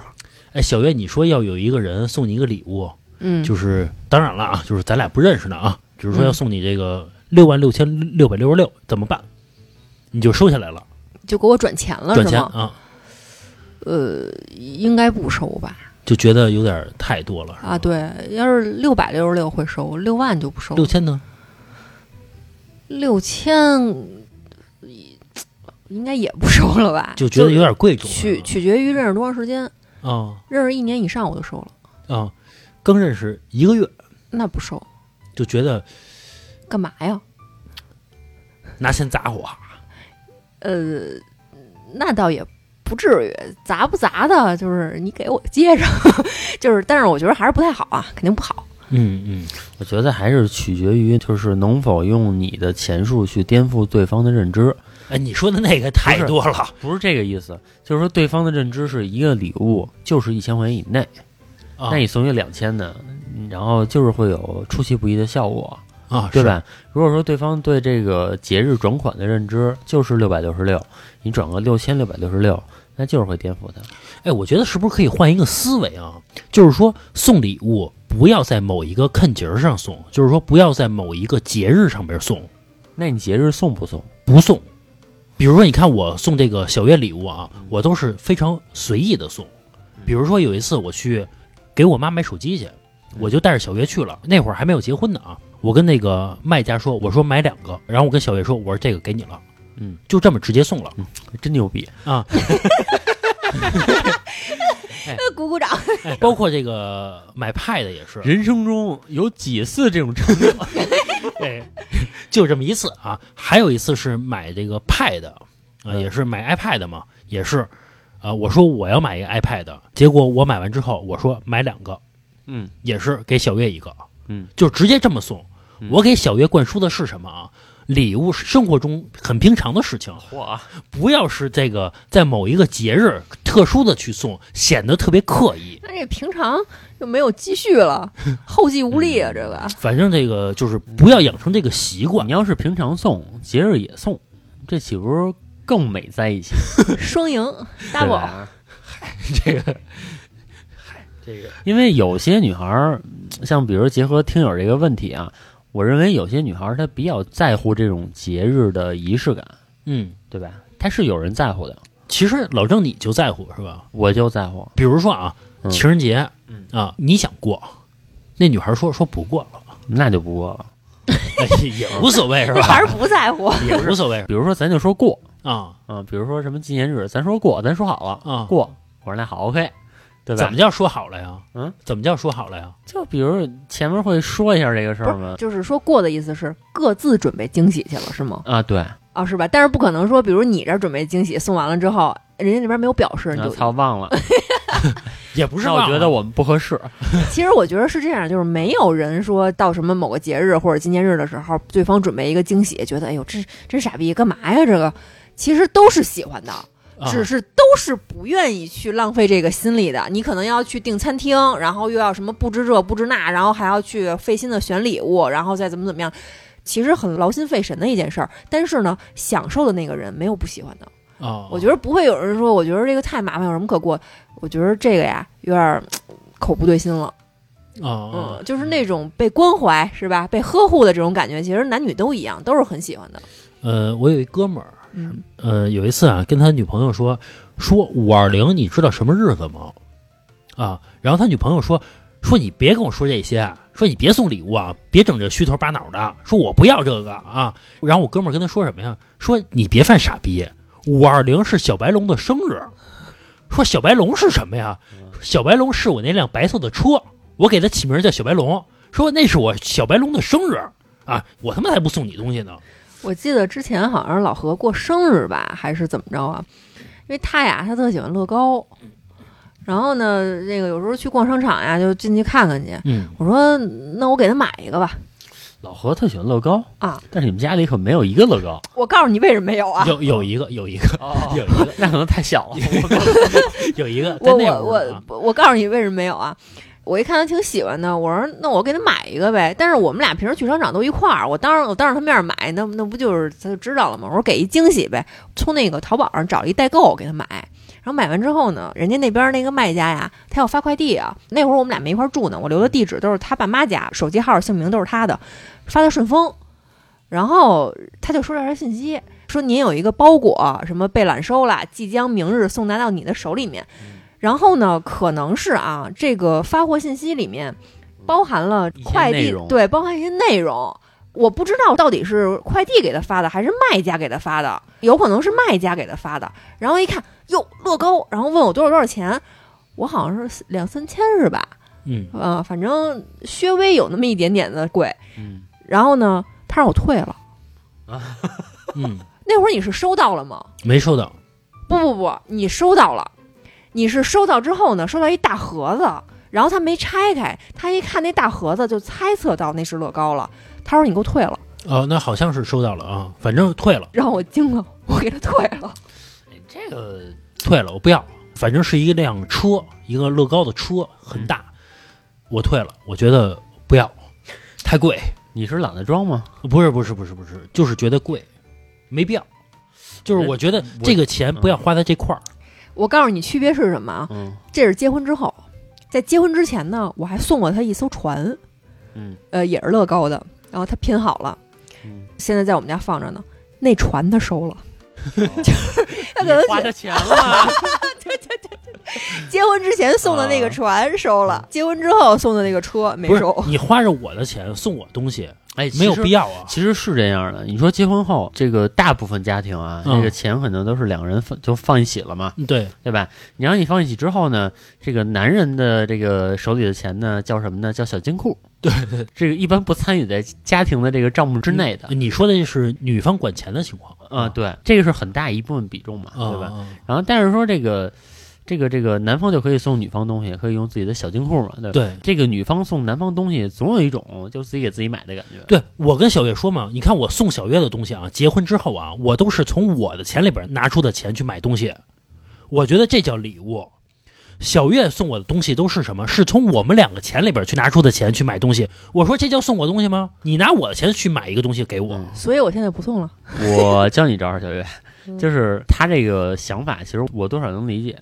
Speaker 2: 哎，小月，你说要有一个人送你一个礼物，
Speaker 3: 嗯，
Speaker 2: 就是当然了啊，就是咱俩不认识呢啊，比如说要
Speaker 3: 嗯
Speaker 2: 送你这个六万六千六百六十六，怎么办？你就收下来了，
Speaker 3: 就给我转钱了
Speaker 2: 转
Speaker 3: 是
Speaker 2: 钱
Speaker 3: 吗？
Speaker 2: 啊，
Speaker 3: 呃，应该不收吧？
Speaker 2: 就觉得有点太多了是吧
Speaker 3: 啊，对，要是六百六十六会收，六万就不收。
Speaker 2: 六千呢？
Speaker 3: 六千应该也不收了吧？
Speaker 2: 就觉得有点贵重了是
Speaker 3: 取
Speaker 2: 吧
Speaker 3: 取决于认识多长时间，
Speaker 2: 啊
Speaker 3: 认识一年以上我就收了，
Speaker 2: 啊，刚认识一个月
Speaker 3: 那不收
Speaker 2: 就觉得
Speaker 3: 干嘛呀？
Speaker 2: 拿钱砸我，
Speaker 3: 呃，那倒也不至于，砸不砸的，就是你给我接上， <laughs> 就是，但是我觉得还是不太好啊，肯定不好。
Speaker 2: 嗯嗯，
Speaker 4: 我觉得还是取决于就是能否用你的钱数去颠覆对方的认知。
Speaker 2: 哎，你说的那个太多了
Speaker 4: 不是这个意思，就是说对方的认知是一个礼物就是一千块钱以内，
Speaker 2: 啊
Speaker 4: 那你送一两千的，然后就是会有出其不意的效果，
Speaker 2: 啊，
Speaker 4: 对
Speaker 2: 是？
Speaker 4: 吧？如果说对方对这个节日转款的认知就是六百六十六，你转个六千六百六十六，那就是会颠覆他。
Speaker 2: 哎，我觉得是不是可以换一个思维啊？就是说送礼物不要在某一个看节儿上送，就是说不要在某一个节日上边送，
Speaker 4: 那你节日送不送？
Speaker 2: 不送。比如说，你看我送这个小月礼物啊，我都是非常随意的送。比如说有一次我去给我妈买手机去，我就带着小月去了。那会儿还没有结婚呢啊，我跟那个卖家说，我说买两个，然后我跟小月说，我说这个给你了，
Speaker 4: 嗯，
Speaker 2: 就这么直接送了。
Speaker 4: 真牛逼！
Speaker 2: 啊，哎
Speaker 3: 鼓鼓掌， <laughs>
Speaker 2: 包括这个买派的也是，
Speaker 4: 人生中有几次这种场景？
Speaker 2: 对，就这么一次啊。还有一次是买这个 Pad 啊、
Speaker 4: 嗯
Speaker 2: 也是买 iPad 嘛，也是，啊，我说我要买一个 iPad，结果我买完之后，我说买两个，
Speaker 4: 嗯
Speaker 2: 也是给小月一个，
Speaker 4: 嗯，
Speaker 2: 就直接这么送
Speaker 4: 嗯。
Speaker 2: 我给小月灌输的是什么啊？礼物是生活中很平常的事情，
Speaker 4: 嚯，
Speaker 2: 不要是这个在某一个节日特殊的去送，显得特别刻意。
Speaker 3: 那这平常就没有积蓄了，后继无力啊，这个
Speaker 2: 反正这个就是不要养成这个习惯
Speaker 4: <laughs> 你。要是平常送，节日也送，这岂不是更美在一 <laughs> 起？
Speaker 2: <laughs>
Speaker 3: 双赢
Speaker 4: 对
Speaker 3: double
Speaker 4: 吧
Speaker 2: 这个，这个
Speaker 4: 因为有些女孩儿，像比如结合听友这个问题啊，我认为有些女孩儿她比较在乎这种节日的仪式感，
Speaker 2: 嗯，
Speaker 4: 对吧？她是有人在乎的，
Speaker 2: 其实老郑你就在乎是吧？
Speaker 4: 我就在乎。
Speaker 2: 比如说啊，
Speaker 4: 嗯
Speaker 2: 情人节，啊，你想过，那女孩说说不过了，
Speaker 4: 那就不过了。
Speaker 2: 哎 <laughs> 也无所谓是
Speaker 3: 女孩
Speaker 2: 吧？
Speaker 3: 儿不在乎，
Speaker 2: 也无所谓
Speaker 4: 比如说，咱就说过
Speaker 2: 啊
Speaker 4: 啊，比如说什么纪念日，咱说过，咱说好了
Speaker 2: 啊，
Speaker 4: 过。我说那好，OK，对吧
Speaker 2: 怎么？叫说好了呀？
Speaker 4: 嗯，
Speaker 2: 怎么叫说好了呀？
Speaker 4: 就比如前面会说一下这个事
Speaker 3: 不
Speaker 4: 儿
Speaker 3: 是
Speaker 4: 吗？
Speaker 3: 就是说过的意思是各自准备惊喜去了是吗？
Speaker 4: 啊，对，
Speaker 3: 啊，是吧？但是不可能说，比如你这儿准备惊喜送完了之后，人家那边没有表示，你
Speaker 4: 啊
Speaker 3: 就
Speaker 4: 操，忘了。
Speaker 2: 也不是
Speaker 4: 那
Speaker 2: 忘
Speaker 4: 我
Speaker 2: 了，
Speaker 4: 觉得我们不合适。
Speaker 3: 其实我觉得是这样，就是没有人说到什么某个节日或者纪念日的时候，对方准备一个惊喜，觉得哎呦这真傻逼，干嘛呀这个？其实都是喜欢的，
Speaker 2: 啊
Speaker 3: 只是都是不愿意去浪费这个心力的。你可能要去订餐厅，然后又要什么布置这布置那，然后还要去费心的选礼物，然后再怎么怎么样，其实很劳心费神的一件事儿。但是呢，享受的那个人没有不喜欢的。
Speaker 2: 啊，
Speaker 3: 我觉得不会有人说，我觉得这个太麻烦，有什么可过？我觉得这个呀，有点儿嗯口不对心了。
Speaker 2: 得啊，
Speaker 3: 嗯，就是那种被关怀是吧？被呵护的这种感觉，其实男女都一样，都是很喜欢的。
Speaker 2: 呃，我有一哥们儿，
Speaker 3: 嗯，
Speaker 2: 呃，有一次啊，跟他女朋友说说五二零，你知道什么日子吗？啊，然后他女朋友说说你别跟我说这些啊，说你别送礼物啊，别整这虚头巴脑的，说我不要这个啊。然后我哥们儿跟他说什么呀？说你别犯傻逼，五二零是小白龙的生日。说小白龙是什么呀？小白龙是我那辆白色的车，我给它起名叫小白龙。说那是我小白龙的生日啊，我他妈才不送你东西呢。
Speaker 3: 我记得之前好像是老何过生日吧，还是怎么着啊？因为他呀，他特喜欢乐高，然后呢，那个有时候去逛商场呀，就进去看看去。
Speaker 2: 嗯，
Speaker 3: 我说，那我给他买一个吧。
Speaker 4: 老何特喜欢乐高
Speaker 3: 啊，
Speaker 4: 但是你们家里可没有一个乐高。
Speaker 3: 我告诉你为什么没有啊？
Speaker 2: 有有一个有一个
Speaker 4: 哦
Speaker 2: 有一个
Speaker 4: 那可能太
Speaker 2: <laughs>
Speaker 4: 小了。
Speaker 2: 有啊一个在
Speaker 3: 我
Speaker 2: 那会
Speaker 3: 我
Speaker 2: 儿呢
Speaker 3: 我我我告诉你为什么没有啊？我一看他挺喜欢的，我说那我给他买一个呗。但是我们俩平时去商场都一块儿，我当着我当着他面买，那那不就是他就知道了吗？我说给一惊喜呗，从那个淘宝上找一代购给他买。然后买完之后呢，人家那边那个卖家呀，他要发快递啊。那会儿我们俩没一块儿住呢，我留的地址都是他爸妈家，手机号、姓名都是他的，发的顺丰。然后他就收到这信息，说您有一个包裹，什么被揽收了，即将明日送达到你的手里面。
Speaker 4: 嗯
Speaker 3: 然后呢，可能是啊，这个发货信息里面包含了
Speaker 4: 一些
Speaker 3: 快
Speaker 4: 内
Speaker 3: 递
Speaker 4: 容，
Speaker 3: 对，包含一些内容。我不知道到底是快递给他发的，还是卖家给他发的，有可能是卖家给他发的。然后一看，哟，乐高，然后问我多少多少钱，我好像是两三千是吧？
Speaker 2: 嗯
Speaker 3: 啊、反正稍微有那么一点点的贵。
Speaker 4: 嗯，
Speaker 3: 然后呢，他让我退了。
Speaker 2: 嗯
Speaker 3: 那会儿你是收到了吗？
Speaker 2: 没收到，
Speaker 3: 不不不，你收到了，你是收到之后呢，收到一大盒子，然后他没拆开，他一看那大盒子就猜测到那是乐高了，他说你给我退了，
Speaker 2: 哦，那好像是收到了啊，反正退了
Speaker 3: 让我惊了，我给他退了。
Speaker 4: 这个
Speaker 2: 退了，我不要了，反正是一辆车，一个乐高的车，很大，我退了，我觉得不要，太贵，
Speaker 4: 你是懒得装吗？
Speaker 2: 不是不是不是不是，就是觉得贵，没必要，就是我嗯觉得
Speaker 4: 我
Speaker 2: 这个钱不要花在这块儿，
Speaker 3: 我告诉你区别是什么啊？
Speaker 4: 嗯
Speaker 3: 这是结婚之后，在结婚之前呢，我还送过他一艘船，
Speaker 4: 嗯
Speaker 3: 呃，也是乐高的，然后他拼好了，
Speaker 4: 嗯，
Speaker 3: 现在在我们家放着呢。那船他收了，就是他可能觉得
Speaker 2: <laughs>
Speaker 4: 钱了。
Speaker 3: 结婚之前送的那个船收了，结婚之后送的那个车没
Speaker 2: 不是
Speaker 3: 收。 <laughs>
Speaker 2: 你花着我的钱送我东西，
Speaker 4: 哎，
Speaker 2: 没有必
Speaker 4: 要。
Speaker 2: 要啊，
Speaker 4: 其实是这样的，你说结婚后，这个大部分家庭啊，
Speaker 2: 嗯
Speaker 4: 这个钱可能都是两个人放就放一起了嘛，
Speaker 2: 嗯对，
Speaker 4: 对吧？你让你放一起之后呢，这个男人的这个手里的钱呢，叫什么呢？叫小金库。对 <laughs> 对，这个一般不参与在家庭的这个账目之内的。嗯
Speaker 2: 你说的是女方管钱的情况
Speaker 4: 啊、对，这个是很大一部分比重嘛，
Speaker 2: 啊，
Speaker 4: 对吧？
Speaker 2: 啊？
Speaker 4: 然后但是说这个这个这个男方就可以送女方东西，可以用自己的小金库嘛，对吧？
Speaker 2: 对
Speaker 4: 这个女方送男方东西，总有一种就自己给自己买的感觉。
Speaker 2: 对，我跟小月说嘛，你看我送小月的东西啊，结婚之后啊，我都是从我的钱里边拿出的钱去买东西，我觉得这叫礼物。小月送我的东西都是什么？是从我们两个钱里边去拿出的钱去买东西。我说这叫送我东西吗？你拿我的钱去买一个东西给我，
Speaker 4: 嗯
Speaker 3: 所以我现在不送了。
Speaker 4: 我教你一招儿，小月，就是他这个想法，其实我多少能理解。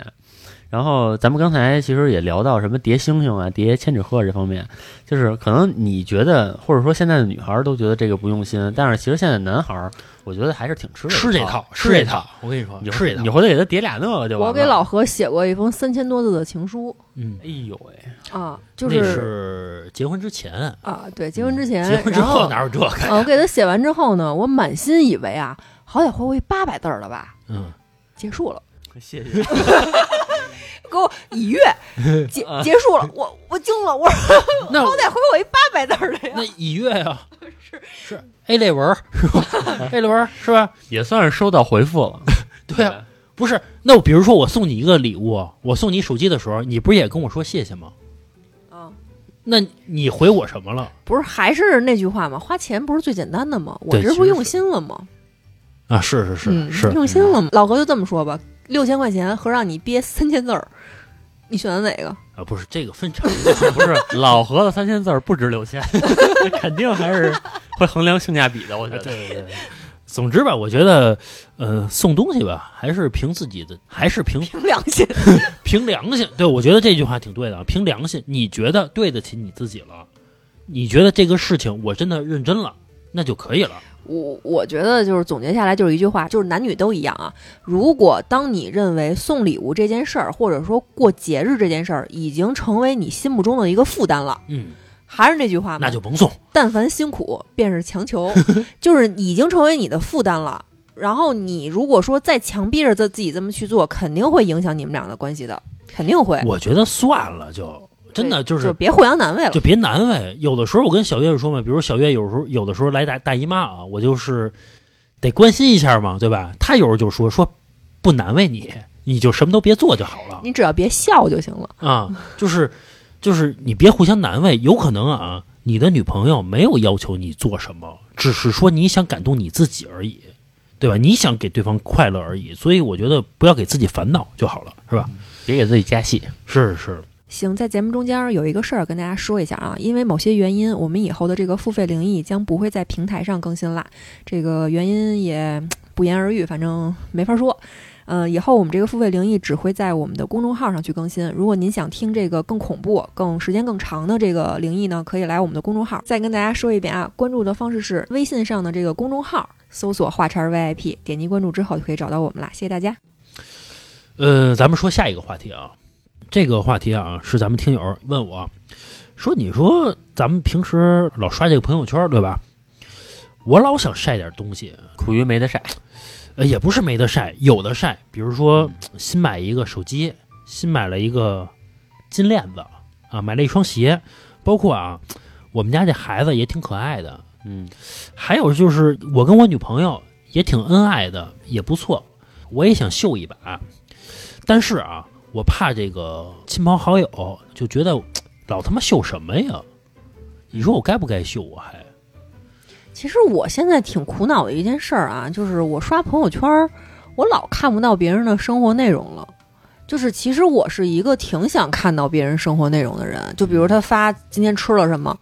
Speaker 4: 然后咱们刚才其实也聊到什么叠星星啊、叠千纸鹤这方面，就是可能你觉得，或者说现在的女孩儿都觉得这个不用心，但是其实现在的男孩儿，我觉得还是挺吃
Speaker 2: 吃这
Speaker 4: 这
Speaker 2: 套，
Speaker 4: 吃
Speaker 2: 这
Speaker 4: 套。。
Speaker 2: 我跟你说
Speaker 4: 你，
Speaker 2: 吃这
Speaker 4: 你
Speaker 2: 套。
Speaker 4: 回头给他叠俩那个就完了。
Speaker 3: 我给老何写过一封三千多字的情书
Speaker 2: 嗯，
Speaker 4: 哎呦喂、
Speaker 3: 啊，就
Speaker 2: 那是结婚之前，
Speaker 3: 啊，对，结婚之前，
Speaker 2: 嗯结婚之
Speaker 3: 然后
Speaker 2: 后哪有
Speaker 3: <laughs>
Speaker 2: 这个？
Speaker 3: 啊，我给他写完之后呢，我满心以为啊，好歹会回八百字儿了吧，
Speaker 2: 嗯，
Speaker 3: 结束了，
Speaker 4: 谢谢。
Speaker 3: 给我
Speaker 2: <laughs>
Speaker 3: 已阅，结
Speaker 2: 啊
Speaker 3: 结束了，我我惊了，我说
Speaker 2: 那
Speaker 3: 好歹回我一八百字儿的呀 <laughs>
Speaker 2: 那，一月啊，是是 A 类文儿 <laughs> 是吧？A 类文儿是吧？
Speaker 4: 也算是收到回复了。
Speaker 2: 对啊，不是，那我比如说我送你一个礼物，我送你手机的时候，你不是也跟我说谢谢吗？
Speaker 3: 啊，
Speaker 2: 那你回我什么了
Speaker 3: 不是还是那句话嘛，花钱不是最简单的吗？我
Speaker 2: 对
Speaker 3: 这
Speaker 2: 其
Speaker 3: 不
Speaker 2: 实
Speaker 3: 用
Speaker 2: 是
Speaker 3: 心了吗？
Speaker 2: 啊？是是是、
Speaker 3: 嗯，
Speaker 2: 是，
Speaker 3: 用心了吗？老何就这么说吧，六千块钱和让你憋三千字儿，你选择哪个？
Speaker 2: 啊，不是这个 <laughs> 分场
Speaker 4: 不是老何的三千字儿不值六千，肯定还是会衡量性价比的。我觉
Speaker 2: 对
Speaker 4: 得，
Speaker 2: 对对。总之吧，我觉得，呃，送东西吧，还是凭自己的，还是
Speaker 3: <laughs>
Speaker 2: 凭
Speaker 3: 凭良心，
Speaker 2: 凭良心。对我觉得这句话挺对的啊，凭良心，你觉得对得起你自己了，你觉得这个事情我真的认真了，那就可以了。
Speaker 3: 我我觉得就是总结下来就是一句话，就是男女都一样啊。如果当你认为送礼物这件事儿，或者说过节日这件事儿，已经成为你心目中的一个负担了，
Speaker 2: 嗯，
Speaker 3: 还是那句话嘛，
Speaker 2: 那就甭送。
Speaker 3: 但凡辛苦便是强
Speaker 2: <laughs>
Speaker 3: 求，就是已经成为你的负担了。然后你如果说再强逼着自自己这么去做，肯定会影响你们俩的关系的，肯定会。
Speaker 2: 我觉得算了就，真的
Speaker 3: 对
Speaker 2: 就是
Speaker 3: 就别互相难为了
Speaker 2: 就。别难为。有的时候我跟小月说嘛，比如小月有时候有的时候来大大姨妈啊，我就是得关心一下嘛，对吧？她有时候就说说不难为你，你就什么都别做就好了
Speaker 3: 你只要别笑就行了。
Speaker 2: 啊，就是就是你别互相难为。有可能啊，你的女朋友没有要求你做什么，只是说你想感动你自己而已。对吧？你想给对方快乐而已，所以我觉得不要给自己烦恼就好了，是吧？
Speaker 4: 嗯别给自己加戏。
Speaker 2: 是是，
Speaker 3: 行，在节目中间有一个事儿跟大家说一下啊，因为某些原因，我们以后的这个付费灵异将不会在平台上更新啦。这个原因也嗯不言而喻，反正没法说。嗯、以后我们这个付费灵异只会在我们的公众号上去更新。如果您想听这个更恐怖、更时间更长的这个灵异呢，可以来我们的公众号。再跟大家说一遍啊，关注的方式是微信上的这个公众号，搜索“话茬儿 VIP”，点击关注之后就可以找到我们啦。谢谢大家。
Speaker 2: 呃，咱们说下一个话题啊，这个话题啊是咱们听友问我，说你说咱们平时老刷这个朋友圈对吧？我老想晒点东西，
Speaker 4: 苦于没得晒，
Speaker 2: 呃，也不是没得晒，有的晒，比如说新买一个手机，新买了一个金链子啊，买了一双鞋，包括啊，我们家这孩子也挺可爱的，
Speaker 4: 嗯，
Speaker 2: 还有就是我跟我女朋友也挺恩爱的，也不错，我也想秀一把，但是啊，我怕这个亲朋好友就觉得老他妈秀什么呀？你说我该不该秀？我还
Speaker 3: 其实我现在挺苦恼的一件事儿啊，就是我刷朋友圈儿，我老看不到别人的生活内容了。就是其实我是一个挺想看到别人生活内容的人，就比如他发今天吃了什么，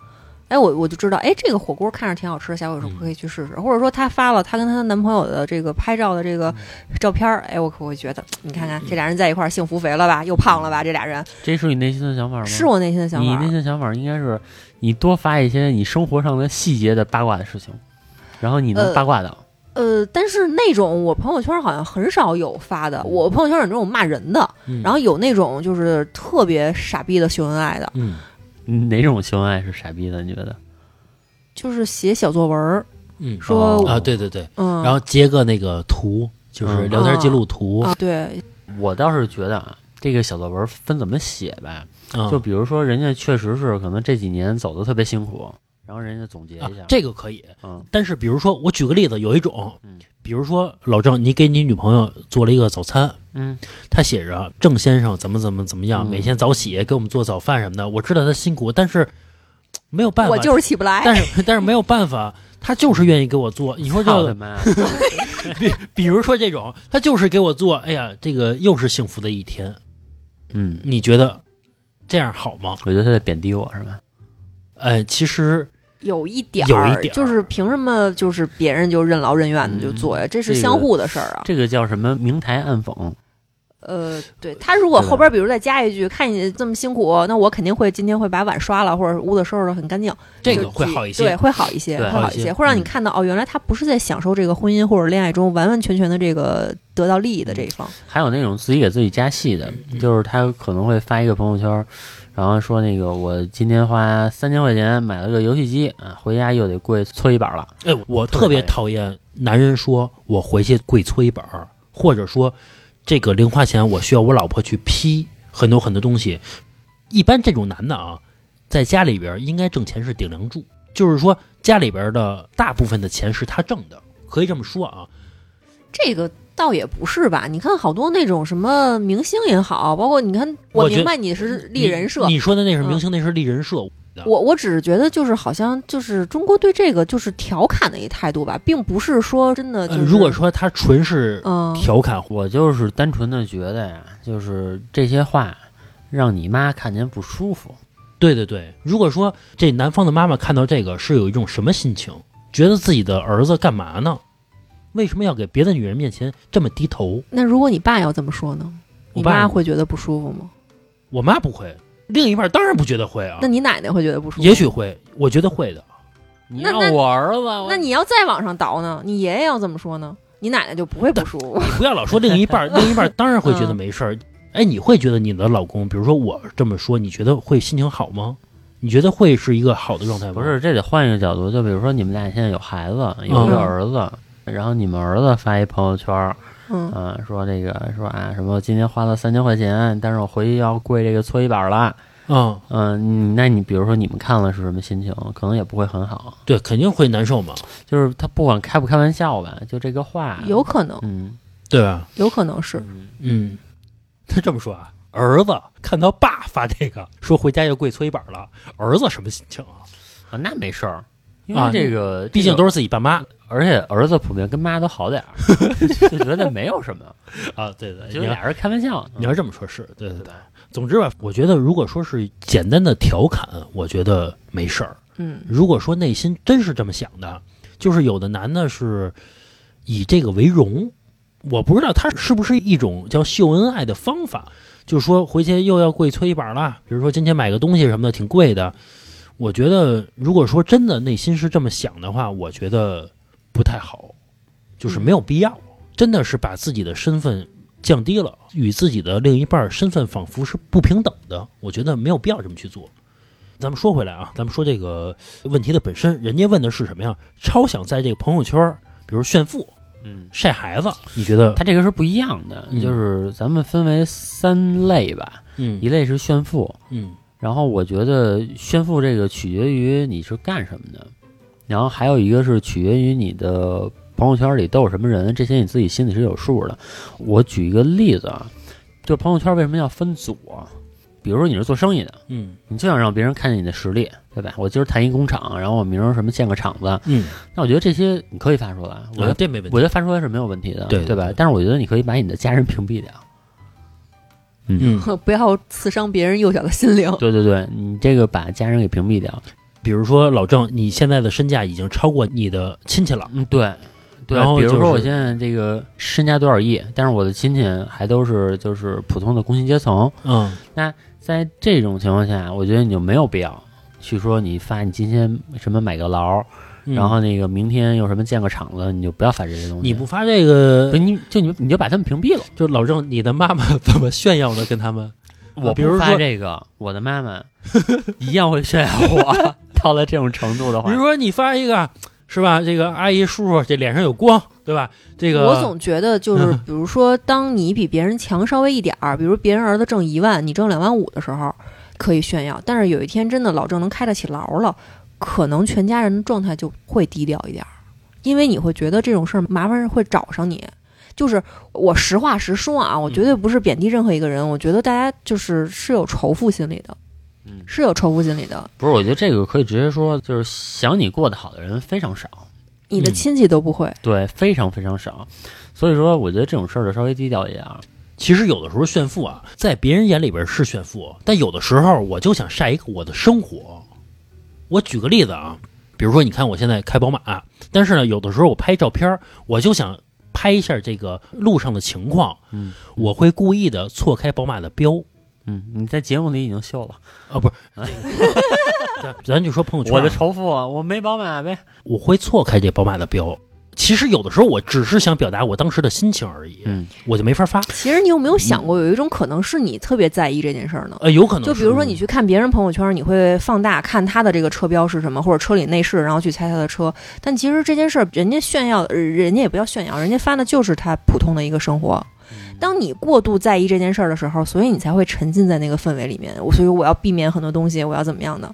Speaker 3: 哎，我我就知道，哎，这个火锅看着挺好吃的，下回有时候可以去试试。或者说她发了她跟她男朋友的这个拍照的这个照片儿，哎，我可会觉得，你看看这俩人在一块儿幸福肥了吧，又胖了吧，这俩人
Speaker 4: 这是你内心的想法吗？
Speaker 3: 是我内心的想
Speaker 4: 你
Speaker 3: 法
Speaker 4: 内。心的想法应该是，你多发一些你生活上的细节的八卦的事情，然后你能
Speaker 3: 呃
Speaker 4: 八卦到。
Speaker 3: 呃，但是那种我朋友圈好像很少有发的，我朋友圈有那种骂人的，
Speaker 2: 嗯
Speaker 3: 然后有那种就是特别傻逼的秀恩爱的，
Speaker 2: 嗯
Speaker 4: 你哪种秀恩爱是傻逼的？你觉得？
Speaker 3: 就是写小作文儿，
Speaker 2: 嗯
Speaker 3: 说
Speaker 4: 哦
Speaker 2: 啊，对对对，
Speaker 3: 嗯，
Speaker 2: 然后截个那个图，就是
Speaker 4: 嗯
Speaker 2: 聊天记录图，
Speaker 3: 啊，对，
Speaker 4: 我倒是觉得啊，这个小作文分怎么写吧。
Speaker 2: 嗯
Speaker 4: 就比如说，人家确实是可能这几年走的特别辛苦，然后人家总结
Speaker 2: 啊
Speaker 4: 一下，，
Speaker 2: 这个可以。
Speaker 4: 嗯
Speaker 2: 但是比如说，我举个例子，有一种
Speaker 4: 嗯，
Speaker 2: 比如说老郑，你给你女朋友做了一个早餐，
Speaker 4: 嗯
Speaker 2: 他写着郑先生怎么怎么怎么样，
Speaker 4: 嗯
Speaker 2: 每天早起给我们做早饭什么的。我知道他辛苦，但是嘖没有办法，
Speaker 3: 我就是起不来。
Speaker 2: 但是 <laughs> 但是没有办法，他就是愿意给我
Speaker 4: <laughs>
Speaker 2: 做。你说
Speaker 4: 操
Speaker 2: 这
Speaker 4: 他，妈，
Speaker 2: 比如说这种，他就是给我做，哎呀，这个又是幸福的一天。
Speaker 4: 嗯，
Speaker 2: 你觉得这样好吗？
Speaker 4: 我觉得他在贬低我是吧？
Speaker 2: 呃，其实
Speaker 3: 有一点
Speaker 2: 有一
Speaker 3: 儿，
Speaker 2: 点儿
Speaker 3: 就是凭什么就是别人就任劳任怨的就做呀？
Speaker 2: 嗯
Speaker 3: 这是
Speaker 4: 这个
Speaker 3: 相互的事儿啊。
Speaker 4: 这个叫什么明台暗讽，
Speaker 3: 呃，对他如果
Speaker 4: 对吧
Speaker 3: 后边比如再加一句，看你这么辛苦，那我肯定会今天会把碗刷了，或者屋子收拾的很干净，
Speaker 2: 这个
Speaker 3: 就
Speaker 2: 会好一
Speaker 3: 对，
Speaker 2: 些。
Speaker 3: 会好一些，
Speaker 4: 对
Speaker 3: 会好
Speaker 2: 好一
Speaker 3: 一
Speaker 2: 些
Speaker 3: 些，会让你看到哦，原来他不是在享受这个婚姻或者恋爱中完完全全的这个得到利益的这一方。
Speaker 4: 还有那种自己给自己加戏
Speaker 3: 嗯
Speaker 4: 的，就是他可能会发一个朋友圈，然后说那个我今天花三千块钱买了个游戏机啊，回家又得跪搓衣板了。
Speaker 2: 哎，我特别讨厌男人说我回去跪搓衣板儿，或者说这个零花钱我需要我老婆去批很多很多东西。一般这种男的啊，在家里边儿应该挣钱是顶梁柱，就是说家里边儿的大部分的钱是他挣的，可以这么说啊。
Speaker 3: 这个倒也不是吧？你看好多那种什么明星也好，包括你看，
Speaker 2: 我
Speaker 3: 我
Speaker 2: 觉得
Speaker 3: 明白你是立人设
Speaker 2: 你，你说的那是明
Speaker 3: 嗯
Speaker 2: 星，那是立人设。
Speaker 3: 我我只是觉得就是好像就是中国对这个就是调侃的一态度吧，并不是说真的就是、
Speaker 2: 呃如果说他纯是
Speaker 3: 嗯。
Speaker 2: 调侃，
Speaker 4: 我就是单纯的觉得呀，就是这些话让你妈看见不舒服。
Speaker 2: 对对对，如果说这男方的妈妈看到这个是有一种什么心情，觉得自己的儿子干嘛呢？为什么要给别的女人面前这么低头？
Speaker 3: 那如果你爸要这么说呢？
Speaker 2: 我
Speaker 3: 你
Speaker 2: 爸
Speaker 3: 妈，会觉得不舒服吗？
Speaker 2: 我妈不会，另一半当然不觉得会啊
Speaker 3: 那，你奶奶会觉得不舒服？
Speaker 2: 也许会，我觉得会的。
Speaker 4: 你
Speaker 3: 那
Speaker 4: 让
Speaker 3: 那
Speaker 4: 我儿子，我
Speaker 3: 那你要再往上倒呢？你爷爷要这么说呢？你奶奶就不会
Speaker 2: <laughs>
Speaker 3: 不舒服。
Speaker 2: 你不要老说另一半儿，
Speaker 3: <laughs>
Speaker 2: 另一半儿当然会
Speaker 3: 嗯
Speaker 2: 觉得没事儿。哎，你会觉得你的老公，比如说我这么说，你觉得会心情好吗？你觉得会是一个好的状态吗？
Speaker 4: 不，是这得换一个角度，就比如说你们俩现在有孩子，有一
Speaker 2: 嗯
Speaker 4: 个儿子，然后你们儿子发一朋友圈，
Speaker 3: 嗯，
Speaker 4: 嗯、说这个说啊什么今天花了三千块钱，但是我回去要跪这个搓衣板了。
Speaker 2: 嗯，
Speaker 4: 嗯，你那你比如说你们看了是什么心情，可能也不会很好。
Speaker 2: 对，肯定会难受嘛，
Speaker 4: 就是他不管开不开玩笑吧，就这个话，
Speaker 3: 有可能，
Speaker 4: 嗯，
Speaker 2: 对吧？
Speaker 3: 有可能是
Speaker 2: 嗯， <laughs> 他这么说啊，儿子看到爸发这个，说回家要跪搓衣板了，儿子什么心情啊？
Speaker 4: 啊那没事儿，因
Speaker 2: 啊
Speaker 4: 为这个
Speaker 2: 毕竟都
Speaker 4: 是，
Speaker 2: 是自己爸妈
Speaker 4: 而且儿子普遍跟妈都好 <laughs> 点儿，就觉得没有什么，
Speaker 2: 啊，对对，
Speaker 4: 嗯就
Speaker 2: 你
Speaker 4: 是
Speaker 2: 要
Speaker 4: 俩人开玩笑。
Speaker 2: 你要这么说，是对对对。总之吧，我觉得如果说是简单的调侃，我觉得没事儿。
Speaker 3: 嗯，
Speaker 2: 如果说内心真是这么想的，就是有的男的是以这个为荣，我不知道他是不是一种叫秀恩爱的方法，就是说回去又要跪搓衣板了，比如说今天买个东西什么的挺贵的。我觉得如果说真的内心是这么想的话，我觉得不太好，就是没有必要，真的是把自己的身份降低了，与自己的另一半身份仿佛是不平等的，我觉得没有必要这么去做。咱们说回来啊，咱们说这个问题的本身，人家问的是什么呀？超想在这个朋友圈儿，比如炫富、
Speaker 4: 嗯，
Speaker 2: 晒孩子，你觉得？
Speaker 4: 他这个是不一样的，
Speaker 2: 嗯
Speaker 4: 就是咱们分为三类吧，
Speaker 2: 嗯
Speaker 4: 一类是炫富，
Speaker 2: 嗯
Speaker 4: 然后我觉得炫富这个取决于你是干什么的，然后还有一个是取决于你的朋友圈里都有什么人，这些你自己心里是有数的。我举一个例子啊，就朋友圈为什么要分组啊？比如说你是做生意的，
Speaker 2: 嗯
Speaker 4: 你就想让别人看见你的实力，对吧？我今儿谈一工厂，然后我明儿什么建个厂子，
Speaker 2: 嗯，
Speaker 4: 那我觉得这些你可以发出来，我觉
Speaker 2: 我
Speaker 4: 得、
Speaker 2: 这没问题。
Speaker 4: 我觉得发出来是没有问题的，
Speaker 2: 对对
Speaker 4: 吧
Speaker 2: 对？
Speaker 4: 但是我觉得你可以把你的家人屏蔽掉。
Speaker 2: 嗯，
Speaker 3: <laughs> 不要刺伤别人幼小的心灵。
Speaker 4: 对对对，你这个把家人给屏蔽掉，
Speaker 2: 比如说老郑，你现在的身价已经超过你的亲戚了，
Speaker 4: 嗯，对。对，
Speaker 2: 然后
Speaker 4: 比如
Speaker 2: 就
Speaker 4: 说我
Speaker 2: 是
Speaker 4: 现在这个身家多少亿，但是我的亲戚还都是就是普通的工薪阶层，
Speaker 2: 嗯
Speaker 4: 在这种情况下，我觉得你就没有必要去说你发你今天什么买个劳，
Speaker 2: 嗯
Speaker 4: 然后那个明天又什么建个厂子，你就不要发这些东西。
Speaker 2: 你不发这
Speaker 4: 不
Speaker 2: 个，
Speaker 4: 你就你你就把他们屏蔽了。
Speaker 2: 就老郑，你的妈妈怎么炫耀的跟他
Speaker 4: <laughs>
Speaker 2: 们？
Speaker 4: 我
Speaker 2: 比如
Speaker 4: 不发
Speaker 2: 说
Speaker 4: 这个，我的妈 <laughs> 妈一样会炫耀我。到了这种程度的
Speaker 2: 比
Speaker 4: 话
Speaker 2: 如，说你发一个是吧？这个阿姨叔叔这脸上有光，对吧？这个
Speaker 3: 我总觉得
Speaker 2: <laughs>
Speaker 3: 就是，比如说，当你比别人强稍微一点儿，比如别人儿子挣一万，你挣两万五的时候，可以炫耀。但是有一天真的老郑能开得起劳了，可能全家人的状态就会低调一点儿，因为你会觉得这种事儿麻烦会找上你。就是我实话实说啊，
Speaker 2: 嗯
Speaker 3: 我绝对不是贬低任何一个人，我觉得大家就是是有仇富心理的，
Speaker 4: 嗯
Speaker 3: 是有仇富心理的，
Speaker 4: 不是，我觉得这个可以直接说，就是想你过得好的人非常少。
Speaker 3: 你的
Speaker 2: 嗯
Speaker 3: 亲戚都不会。
Speaker 4: 对，非常非常少。所以说，我觉得这种事儿就稍微低调一点儿。
Speaker 2: 其实有的时候炫富啊，在别人眼里边是炫富，但有的时候我就想晒一个我的生活。我举个例子啊，比如说你看我现在开宝马，但是呢，有的时候我拍照片儿，我就想拍一下这个路上的情况，
Speaker 4: 嗯，
Speaker 2: 我会故意的错开宝马的标。
Speaker 4: 嗯，你在节目里已经秀了
Speaker 2: 啊，不是，咱咱就说朋友圈啊，
Speaker 4: 我的仇富啊，我没宝马呗。
Speaker 2: 我会错开这宝马的标。其实有的时候我只是想表达我当时的心情而已，
Speaker 4: 嗯，
Speaker 2: 我就没法发。
Speaker 3: 其实你有没有
Speaker 2: 嗯
Speaker 3: 想过，有一种可能是你特别在意这件事儿呢？
Speaker 2: 呃，有可能
Speaker 3: 就是比如说，你去看别人朋友圈，你会放大看他的这个车标是什么，或者车里内饰，然后去猜他的车。但其实这件事儿，人家炫耀，呃人家也不叫炫耀，人家发的就是他普通的一个生活。当你过度在意这件事儿的时候，所以你才会沉浸在那个氛围里面。我所以我要避免很多东西，我要怎么样的？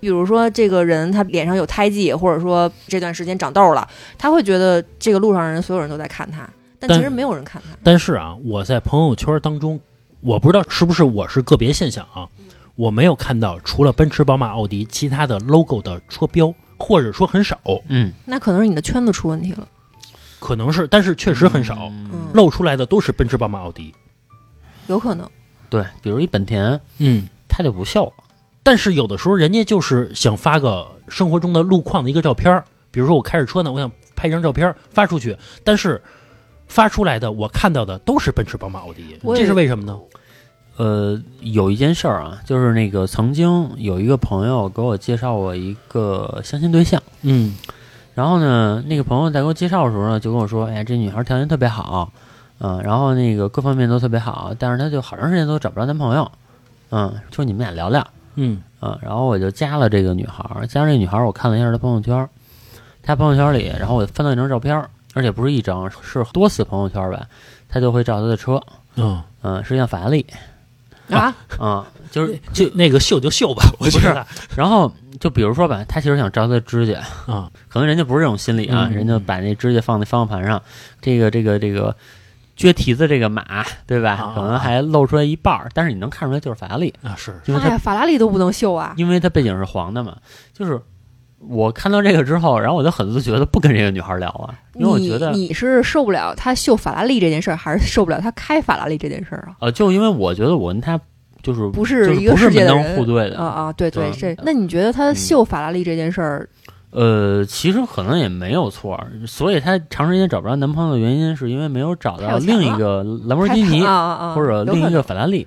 Speaker 3: 比如说，这个人他脸上有胎记，或者说这段时间长痘了，他会觉得这个路上人所有人都在看他，但
Speaker 2: 但
Speaker 3: 其实没有人看他。
Speaker 2: 但是啊，我在朋友圈当中，我不知道是不是我是个别现象啊，我没有看到除了奔驰、宝马、奥迪，其他的 logo 的车标，或者说很少，
Speaker 4: 嗯，
Speaker 3: 那可能是你的圈子出问题了。
Speaker 2: 可能是，但是确实很少，
Speaker 3: 嗯，
Speaker 2: 露出来的都是奔驰、宝马、奥迪。
Speaker 3: 有可能。
Speaker 4: 对，比如一本田，
Speaker 2: 嗯，
Speaker 4: 他就不秀了。
Speaker 2: 但是有的时候人家就是想发个生活中的路况的一个照片儿，比如说我开着车呢，我想拍一张照片儿发出去，但是发出来的我看到的都是奔驰、宝马、奥迪，
Speaker 3: 我也
Speaker 2: 这是为什么呢？
Speaker 4: 呃，有一件事儿啊，就是那个曾经有一个朋友给我介绍我一个相亲对象，
Speaker 2: 嗯
Speaker 4: 然后呢，那个朋友在给我介绍的时候呢，就跟我说，哎，这女孩条件特别好，嗯，然后那个各方面都特别好，但是她就好长时间都找不着男朋友，嗯，说你们俩聊聊，
Speaker 2: 嗯
Speaker 4: 嗯，然后我就加了这个女孩儿，加了这个女孩儿，我看了一下她朋友圈儿，她朋友圈里，然后我翻到一张照片儿，而且不是一张，是多次朋友圈儿吧，她就会照她的车，
Speaker 2: 嗯，
Speaker 4: 嗯，是一辆法拉利，
Speaker 3: 啊，
Speaker 4: 嗯，就是
Speaker 2: 就那个秀就秀吧， <laughs> 我觉得
Speaker 4: 然后就比如说吧，她其实想照她的指甲，
Speaker 2: 啊，
Speaker 4: 可能人家不是这种心理啊，
Speaker 2: 嗯
Speaker 4: 人家把那指甲放在方向盘上，这个这个这个撅蹄子这个马，对吧？
Speaker 2: 啊
Speaker 4: 可能还露出来一半儿，但是你能看出来就是法拉利，
Speaker 2: 啊是
Speaker 4: 因为
Speaker 3: 哎
Speaker 4: 它
Speaker 3: 呀，法拉利都不能秀啊！
Speaker 4: 因为它背景是黄的嘛，就是。我看到这个之后，然后我就很自觉的不跟这个女孩聊了，因为我觉得，
Speaker 3: 你你是受不了他秀法拉利这件事儿，还是受不了他开法拉利这件事儿啊？
Speaker 4: 呃，就因为我觉得我跟她就是
Speaker 3: 不
Speaker 4: 就是
Speaker 3: 一个
Speaker 4: 不是
Speaker 3: 世界
Speaker 4: 门
Speaker 3: 的
Speaker 4: 当
Speaker 3: 人
Speaker 4: 户对的
Speaker 3: 啊啊，对对，
Speaker 4: 对嗯
Speaker 3: 这那你觉得他秀法拉利这件事儿，
Speaker 4: 呃，其实可能也没有错儿，所以她长时间找不着男朋友的原因，是因为没有找
Speaker 3: 太有
Speaker 4: 到
Speaker 3: 钱
Speaker 4: 另一
Speaker 3: 了
Speaker 4: 个兰博
Speaker 3: 太
Speaker 4: 基尼
Speaker 3: 啊啊啊，
Speaker 4: 或
Speaker 3: 有
Speaker 4: 者另
Speaker 3: 可
Speaker 4: 一
Speaker 3: 能
Speaker 4: 个法拉利，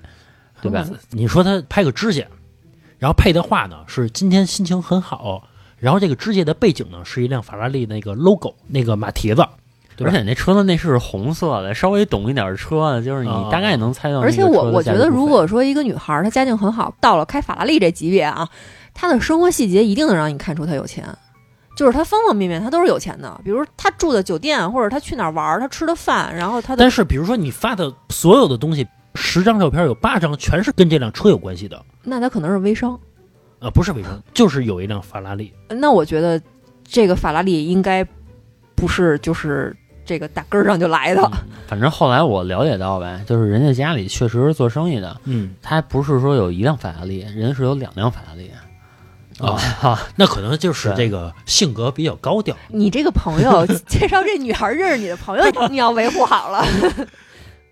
Speaker 4: 对吧？
Speaker 2: 你说他拍个指甲，然后配的话呢是今天心情很好，然后这个指甲的背景呢是一辆法拉利那个 logo 那个马蹄子，对
Speaker 4: 而
Speaker 2: 吧
Speaker 4: 且那车的内饰是红色的，稍微懂一点的车，就是你
Speaker 2: 啊
Speaker 4: 大概能猜到那
Speaker 3: 而
Speaker 4: 个
Speaker 3: 且
Speaker 4: 车的价值部分。
Speaker 3: 我我觉得，如果说一个女孩儿她家境很好，到了开法拉利这级别啊，她的生活细节一定能让你看出她有钱，就是她方方面面她都是有钱的，比如她住的酒店，或者她去哪儿玩儿，她吃的饭，然后她的
Speaker 2: 但是比如说你发的所有的东西，十张照片有八张全是跟这辆车有关系的，
Speaker 3: 那她可能是微商。
Speaker 2: 呃，不是伪装，就是有一辆法拉利。
Speaker 3: 那我觉得这个法拉利应该不是就是这个打根儿上就来的。
Speaker 4: 反正后来我了解到呗，就是人家家里确实是做生意的，
Speaker 2: 嗯，
Speaker 4: 他不是说有一辆法拉利，人家是有两辆法拉利。
Speaker 2: 哦
Speaker 4: <laughs> 啊，
Speaker 2: 那可能就是
Speaker 4: 对
Speaker 2: 这个性格比较高调。
Speaker 3: 你这个朋友介绍这女孩儿认识你的朋友，你要维护好了。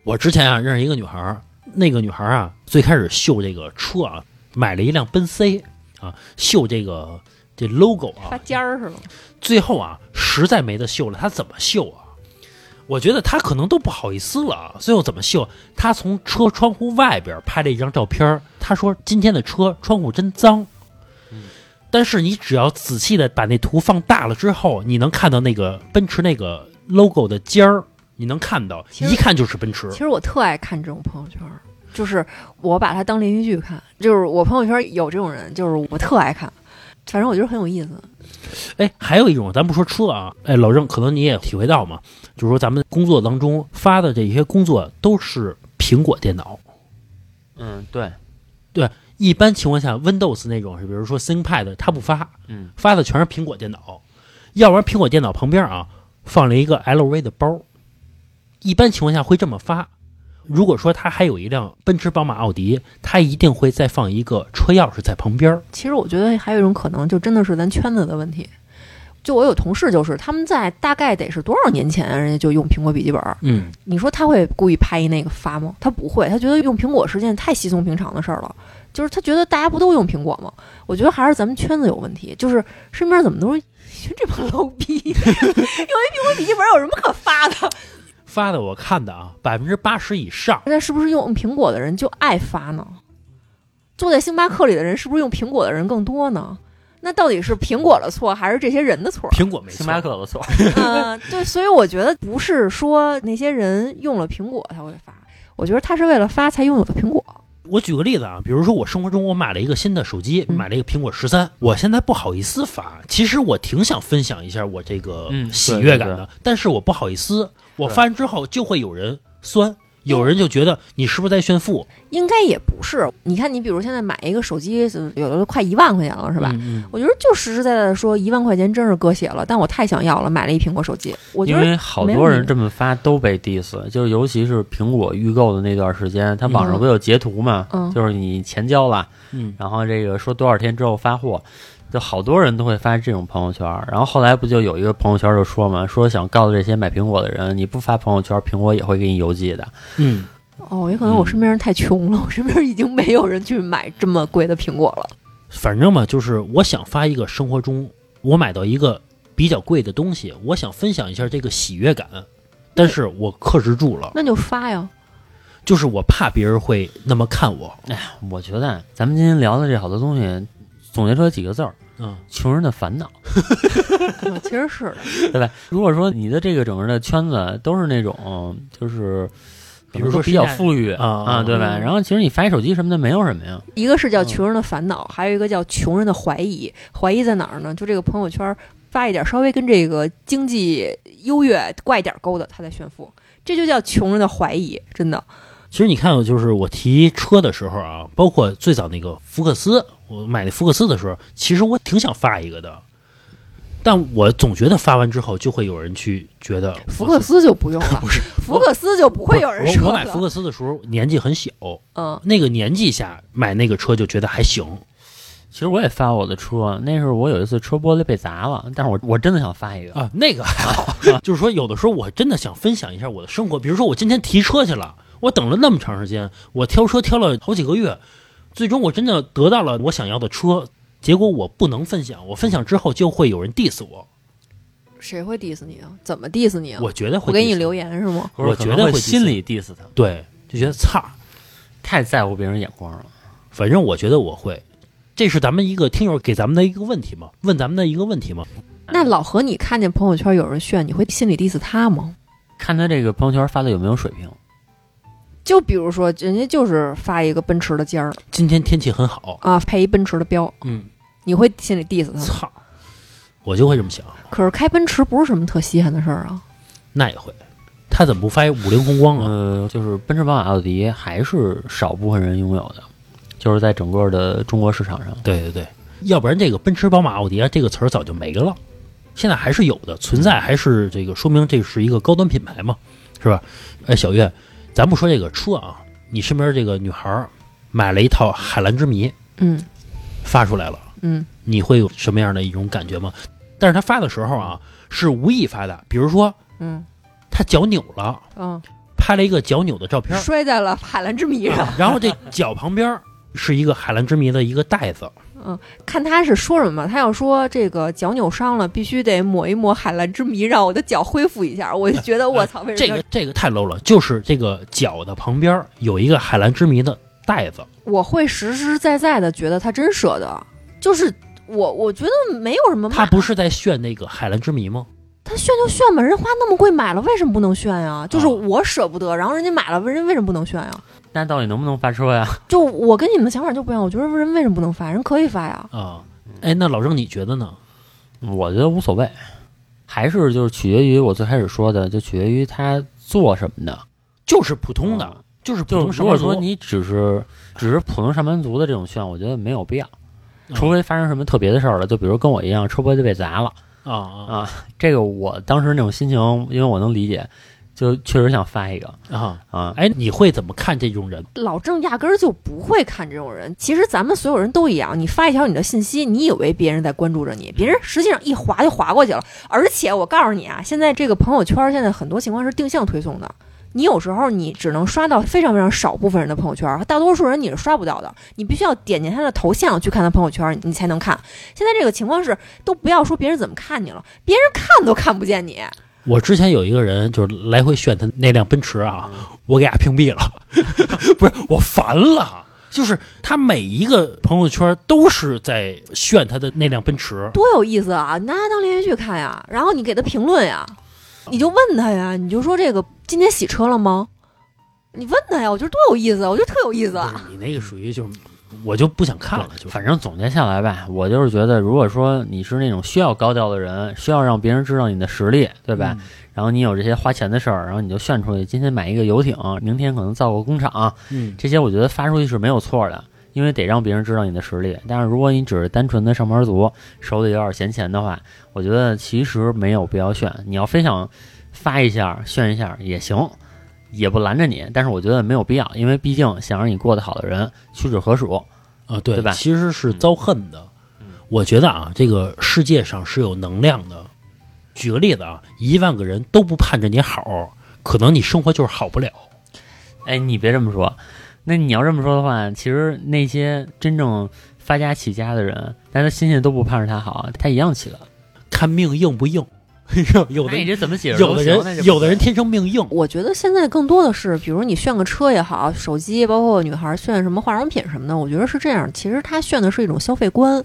Speaker 2: 我之前啊认识一个女孩儿，那个女孩儿啊最开始秀这个车啊，买了一辆奔 C 啊，秀这个这 logo
Speaker 3: 发
Speaker 2: 啊，
Speaker 3: 尖儿是吗？
Speaker 2: 最后啊实在没得秀了，她怎么秀啊？我觉得她可能都不好意思了啊，最后怎么秀？她从车窗户外边拍了一张照片儿，她说今天的车窗户真脏。但是你只要仔细的把那图放大了之后，你能看到那个奔驰那个 logo 的尖儿，你能看到，
Speaker 3: 其实
Speaker 2: 一看就是奔驰。
Speaker 3: 其实我特爱看这种朋友圈儿，就是我把它当连续剧看，就是我朋友圈儿有这种人，就是我特爱看，反正我觉得很有意思。
Speaker 2: 哎，还有一种，咱不说车啊，哎，老郑，可能你也体会到嘛，就是说咱们工作当中发的这些工作都是苹果电脑，
Speaker 4: 嗯，对，
Speaker 2: 一般情况下，Windows 那种是，比如说 ThinkPad，它不发，
Speaker 4: 嗯，
Speaker 2: 发的全是苹果电脑，要不然苹果电脑旁边啊放了一个 LV 的包，一般情况下会这么发。如果说他还有一辆奔驰、宝马、奥迪，他一定会再放一个车钥匙在旁边儿。
Speaker 3: 其实我觉得还有一种可能，就真的是咱圈子的问题。就我有同事，就是他们在大概得是多少年前，人家就用苹果笔记本儿。
Speaker 2: 嗯，
Speaker 3: 你说他会故意拍一那个发吗？他不会，他觉得用苹果是件太稀松平常的事儿了。就是他觉得大家不都用苹果吗？我觉得还是咱们圈子有问题，就是身边怎么都是这帮 low 逼， <laughs> 用一苹果笔记本有什么可发的？
Speaker 2: 发的我看的啊，百分之八十以上？
Speaker 3: 那是不是用苹果的人就爱发呢？坐在星巴克里的人是不是用苹果的人更多呢？那到底是苹果的错，还是这些人的错
Speaker 2: <laughs> 苹果没错
Speaker 4: 星巴克的错，
Speaker 3: 嗯、对，所以我觉得不是说那些人用了苹果才会发，我觉得他是为了发才拥有的苹果。
Speaker 2: 我举个例子啊，比如说我生活中我买了一个新的手机，
Speaker 3: 嗯
Speaker 2: 买了一个苹果十三，我现在不好意思发，其实我挺想分享一下我这个
Speaker 4: 嗯
Speaker 2: 喜悦感
Speaker 4: 对
Speaker 2: 的，但是我不好意思，我
Speaker 4: 对
Speaker 2: 发完之后就会有人酸，有人就觉得你是不是在炫富，
Speaker 3: 应该也不是，你看，你比如现在买一个手机，呃有的都快一万块钱了，是吧？
Speaker 2: 嗯嗯
Speaker 3: 我觉得就实实在在的说，一万块钱真是割血了，但我太想要了，买了一苹果手机。我觉
Speaker 4: 因
Speaker 3: 得
Speaker 4: 为好
Speaker 3: 没
Speaker 4: 多
Speaker 3: 问
Speaker 4: 人
Speaker 3: 题
Speaker 4: 这么发都被 diss，就是尤其是苹果预购的那段时间，它网上不有截图嘛，
Speaker 3: 嗯
Speaker 4: 就是你钱交了，
Speaker 2: 嗯
Speaker 4: 然后这个说多少天之后发货，就好多人都会发这种朋友圈儿。然后后来不就有一个朋友圈就说嘛，说想告诉这些买苹果的人，你不发朋友圈，苹果也会给你邮寄的。
Speaker 2: 嗯，
Speaker 3: 哦，也可能我身边人太穷了，我 <laughs> 身边已经没有人去买这么贵的苹果了。
Speaker 2: 反正嘛，就是我想发一个生活中我买到一个比较贵的东西，我想分享一下这个喜悦感，但是我克制住了，
Speaker 3: 那就发呀，
Speaker 2: 就是我怕别人会那么看我，
Speaker 4: 我觉得咱们今天聊的这好多东西，总结出来几个字儿：
Speaker 2: 嗯。
Speaker 4: 穷人的烦恼，
Speaker 3: 嗯其实是的，
Speaker 4: 对吧？如果说你的这个整个的圈子都是那种，就是
Speaker 2: 比如说
Speaker 4: 比较
Speaker 2: 现在
Speaker 4: 富裕
Speaker 2: 啊
Speaker 4: 啊，对吧？
Speaker 3: 嗯
Speaker 4: 然后其实你发一手机什么的没有什么呀，
Speaker 3: 一个是叫穷人的烦恼，还有一个叫穷人的怀疑。怀疑在哪儿呢？就这个朋友圈发一点稍微跟这个经济优越挂一点钩的，他在炫富，这就叫穷人的怀疑，真的。
Speaker 2: 其实你看，就是我提车的时候啊，包括最早那个福克斯，我买那福克斯的时候，其实我挺想发一个的，但我总觉得发完之后就会有人去觉得
Speaker 3: 福克斯就不用了，
Speaker 2: <laughs> 不是
Speaker 3: 福克斯就不会有人
Speaker 2: 我哦
Speaker 3: 说
Speaker 2: 我买
Speaker 3: 了
Speaker 2: 福克斯的时候年纪很小，
Speaker 3: 嗯，
Speaker 2: 那个年纪下买那个车就觉得还行，
Speaker 4: 其实我也发我的车，那时候我有一次车玻璃被砸了，但是我我真的想发一个，
Speaker 2: 啊，那个还好， <laughs> 就是说有的时候我真的想分享一下我的生活，比如说我今天提车去了，我等了那么长时间，我挑车挑了好几个月，最终我真的得到了我想要的车，结果我不能分享，我分享之后就会有人 diss 我，
Speaker 3: 谁会 diss 你啊？怎么 diss 你啊？
Speaker 2: 我觉得会
Speaker 3: 我给你
Speaker 2: diss
Speaker 3: 留言是吗？
Speaker 4: 或者
Speaker 2: 我
Speaker 4: 可
Speaker 2: 觉
Speaker 4: 能
Speaker 2: 得
Speaker 4: 会
Speaker 2: 会
Speaker 4: 心里 diss 他，
Speaker 2: 对，就觉得操，
Speaker 4: 太在乎别人眼光了。
Speaker 2: 反正我觉得我会，这是咱们一个听友给咱们的一个问题嘛，问咱们的一个问题嘛，
Speaker 3: 那老何，你看见朋友圈有人炫，你会心里 diss 他吗？
Speaker 4: 看他这个朋友圈发的有没有水平，
Speaker 3: 就比如说，人家就是发一个奔驰的尖儿
Speaker 2: 今天天气很好，
Speaker 3: 啊，配一奔驰的标，
Speaker 2: 嗯，
Speaker 3: 你会心里 diss 他吗？
Speaker 2: 操，我就会这么想，
Speaker 3: 可是开奔驰不是什么特稀罕的事儿啊。
Speaker 2: 那也会，他怎么不发一五菱宏光啊？
Speaker 4: 呃，就是奔驰、宝马、奥迪还是少部分人拥有的，就是在整个的中国市场上，
Speaker 2: 对对对，要不然这个奔驰、宝马、奥迪啊这个词儿早就没了，现在还是有的，存在还是这个说明这是一个高端品牌嘛，是吧？哎，小月，咱不说这个车啊，你身边这个女孩儿买了一套海蓝之谜
Speaker 3: 嗯
Speaker 2: 发出来了，
Speaker 3: 嗯，
Speaker 2: 你会有什么样的一种感觉吗？但是她发的时候啊是无意发的，比如说
Speaker 3: 嗯
Speaker 2: 她脚扭了，
Speaker 3: 嗯，
Speaker 2: 拍了一个脚扭的照片儿，啊
Speaker 3: 摔在了海蓝之谜上。
Speaker 2: 然后这脚旁边儿是一个海蓝之谜的一个袋子，
Speaker 3: 看他是说什么，他要说这个脚扭伤了，必须得抹一抹海蓝之谜，让我的脚恢复一下。我就觉得我操，为什
Speaker 2: 这
Speaker 3: 么
Speaker 2: 个这个太 low 了，就是这个脚的旁边有一个海蓝之谜的袋子，
Speaker 3: 要我会实实在在的觉得他真舍得？就是我，我觉得没有什么骂。
Speaker 2: 他不是在炫那个海蓝之谜吗？
Speaker 3: 他炫就炫吧，人花那么贵买了，为什么不能炫呀？就是
Speaker 2: 啊
Speaker 3: 我舍不得，然后人家买了，人家为什么不能炫呀？
Speaker 4: 那到底能不能发车呀？
Speaker 3: 就我跟你们的想法就不一样，我觉得人为什么不能发？人可以发呀。
Speaker 2: 啊，
Speaker 4: 嗯
Speaker 2: 哎，那老郑你觉得呢？
Speaker 4: 我觉得无所谓，还是就是取决于我最开始说的，就取决于他做什么的。
Speaker 2: 就是普通的，就是普
Speaker 4: 哦就
Speaker 2: 通
Speaker 4: 是
Speaker 2: 上
Speaker 4: 如果
Speaker 2: 班
Speaker 4: 说
Speaker 2: 族，
Speaker 4: 你只是只是普通上班族的这种炫，我觉得没有必要，
Speaker 2: 嗯
Speaker 4: 除非发生什么特别的事儿了，就比如跟我一样车玻璃被砸了。
Speaker 2: 啊啊
Speaker 4: 这个我当时那种心情，因为我能理解，就确实想发一个
Speaker 2: 啊！
Speaker 4: 啊。
Speaker 2: 哎，你会怎么看这种人？
Speaker 3: 老郑压根儿就不会看这种人。其实咱们所有人都一样，你发一条你的信息，你以为别人在关注着你，别人实际上一划就划过去了。而且我告诉你啊，现在这个朋友圈儿现在很多情况是定向推送的。你有时候你只能刷到非常非常少部分人的朋友圈儿，大多数人你是刷不到的。你必须要点进他的头像去看他朋友圈儿，你才能看。现在这个情况是，都不要说别人怎么看你了，别人看都看不见你。
Speaker 2: 我之前有一个人就是来回炫他那辆奔驰啊，
Speaker 4: 嗯
Speaker 2: 我给他屏
Speaker 4: <laughs>
Speaker 2: 蔽了，不是我烦了。就是他每一个朋友圈都是在炫他的那辆奔驰，
Speaker 3: 多有意思啊！你拿它当连续剧看呀，然后你给他评论呀，你就问他呀，你就说这个今天洗车了吗？你问他呀，我觉得多有意思，啊，我觉得特有意思啊。
Speaker 2: 不是你那个属于就是我就不想看了，就
Speaker 4: 反正总结下来吧，我就是觉得，如果说你是那种需要高调的人，需要让别人知道你的实力，对
Speaker 2: 嗯
Speaker 4: 吧？？然后你有这些花钱的事儿，然后你就炫出去，今天买一个游艇，明天可能造个工厂，
Speaker 2: 嗯，
Speaker 4: 这些我觉得发出去是没有错的，因为得让别人知道你的实力。但是如果你只是单纯的上班族，手里有点闲钱的话，我觉得其实没有必要炫。你要非想发一下、炫一下也行，也不拦着你。但是我觉得没有必要，因为毕竟想让你过得好的人屈指可数。
Speaker 2: 啊，对
Speaker 4: 对吧
Speaker 2: 其实是遭恨的。
Speaker 4: 嗯
Speaker 2: 我觉得啊，这个世界上是有能量的。举个例子啊，一万个人都不盼着你好，可能你生活就是好不了。
Speaker 4: 哎，你别这么说，那你要这么说的话，其实那些真正发家起家的人，但他心心都不盼着他好，他一样起了。
Speaker 2: 看命硬不硬， <laughs> 有
Speaker 4: 那
Speaker 2: 的
Speaker 4: 你这怎么解释
Speaker 2: 有
Speaker 4: 都
Speaker 2: 的
Speaker 4: 行？那
Speaker 2: 人
Speaker 4: 就
Speaker 2: 有的人天生命硬，
Speaker 3: 我觉得现在更多的是，比如你炫个车也好，手机，包括女孩炫什么化妆品什么的，我觉得是这样。其实她炫的是一种消费观。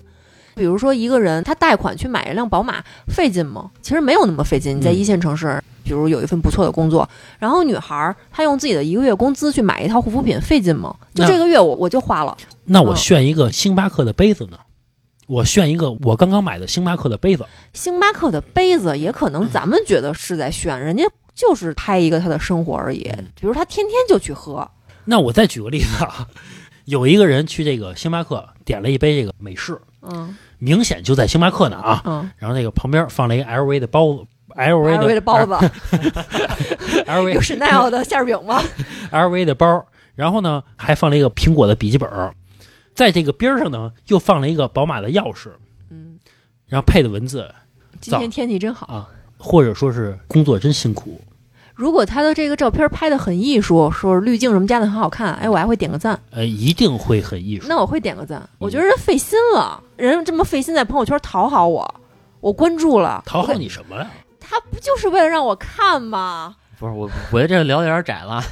Speaker 3: 比如说一个人他贷款去买一辆宝马，费劲吗？其实没有那么费劲。你在
Speaker 2: 嗯
Speaker 3: 一线城市，比如有一份不错的工作，然后女孩她用自己的一个月工资去买一套护肤品，费劲吗？就
Speaker 2: 那
Speaker 3: 这个月我我就花了。
Speaker 2: 那我
Speaker 3: 嗯
Speaker 2: 炫一个星巴克的杯子呢？
Speaker 4: 嗯
Speaker 2: 我炫一个我刚刚买的星巴克的杯子，
Speaker 3: 星巴克的杯子也可能咱们觉得是在炫，人家就是拍一个他的生活而已。比如他天天就去喝，
Speaker 2: 那我再举个例子啊，有一个人去这个星巴克点了一杯这个美式，
Speaker 3: 嗯
Speaker 2: 明显就在星巴克呢啊，
Speaker 3: 嗯
Speaker 2: 然后那个旁边放了一个 LV 的包子，LV 的
Speaker 3: ，LV 的包子有
Speaker 2: LV
Speaker 3: <laughs> Chanel 的馅儿饼吗？
Speaker 2: LV 的包，然后呢还放了一个苹果的笔记本儿，在这个边儿上呢又放了一个宝马的钥匙，
Speaker 3: 嗯，
Speaker 2: 然后配的文字
Speaker 3: 今天天气真好。
Speaker 2: 啊，或者说是工作真辛苦，
Speaker 3: 如果他的这个照片拍的很艺术，说滤镜什么加的很好看，哎，我还会点个赞。
Speaker 2: 呃，一定会很艺术。
Speaker 3: 那我会点个赞，我觉得人费心了，人这么费心在朋友圈讨好我，我关注了，
Speaker 2: 讨好你什么呀？
Speaker 3: 他不就是为了让我看吗？
Speaker 4: 不是我，我觉得这个聊的有点窄 <laughs> 了。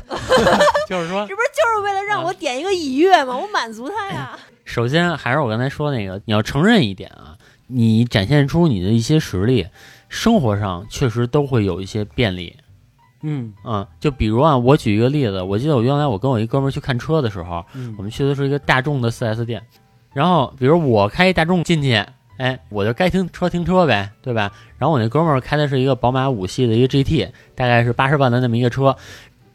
Speaker 4: 就是说，
Speaker 3: 这不是就是为了让我点一个已阅吗？我满足他呀。
Speaker 4: 首先还是我刚才说那个，你要承认一点啊，你展现出你的一些实力，生活上确实都会有一些便利。
Speaker 2: 嗯
Speaker 4: 嗯，就比如啊，我举一个例子，我记得我原来我跟我一哥们儿去看车的时候，
Speaker 2: 嗯
Speaker 4: 我们去的是一个大众的 4S 店，然后比如我开一大众进去，哎，我就该停车停车呗，对吧？然后我那哥们儿开的是一个宝马五系的一个 GT，大概是八十万的那么一个车，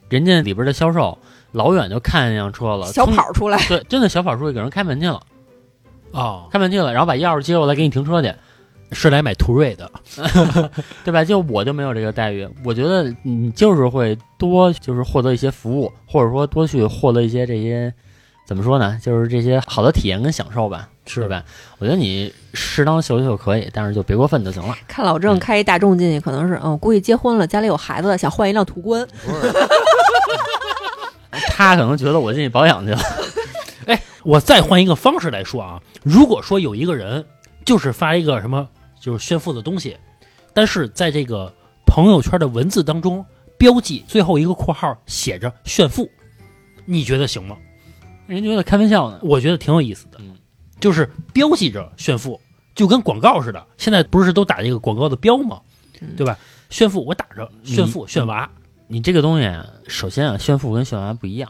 Speaker 4: 人家里边的销售老远就看见那辆车了，
Speaker 3: 小
Speaker 4: 冲
Speaker 3: 跑出来，
Speaker 4: 对，真的小跑出去给人开门去了，
Speaker 2: 哦，
Speaker 4: 开门去了，然后把钥匙接过来给你停车去，
Speaker 2: 是来买途锐的，
Speaker 4: 对吧？就我就没有这个待遇，我觉得你就是会多就是获得一些服务，或者说多去获得一些这些怎么说呢，就是这些好的体验跟享受吧，对？吧？我觉得你适当秀一秀可以，但是就别过分就行了。
Speaker 3: 看老郑开一大众进去，可能是嗯，估计结婚了，家里有孩子，想换一辆途观。
Speaker 4: 他可能觉得我进去保养去了，
Speaker 2: 我再换一个方式来说啊，如果说有一个人就是发一个什么就是炫富的东西，但是在这个朋友圈的文字当中标记最后一个括号写着炫富，你觉得行吗？
Speaker 4: 人觉得开玩笑呢。
Speaker 2: 我觉得挺有意思的
Speaker 4: 嗯，
Speaker 2: 就是标记着炫富，就跟广告似的。现在不是都打这个广告的标吗？对吧？炫富我打着炫富炫娃，
Speaker 4: 你这个东西啊，首先啊，炫富跟炫娃不一样。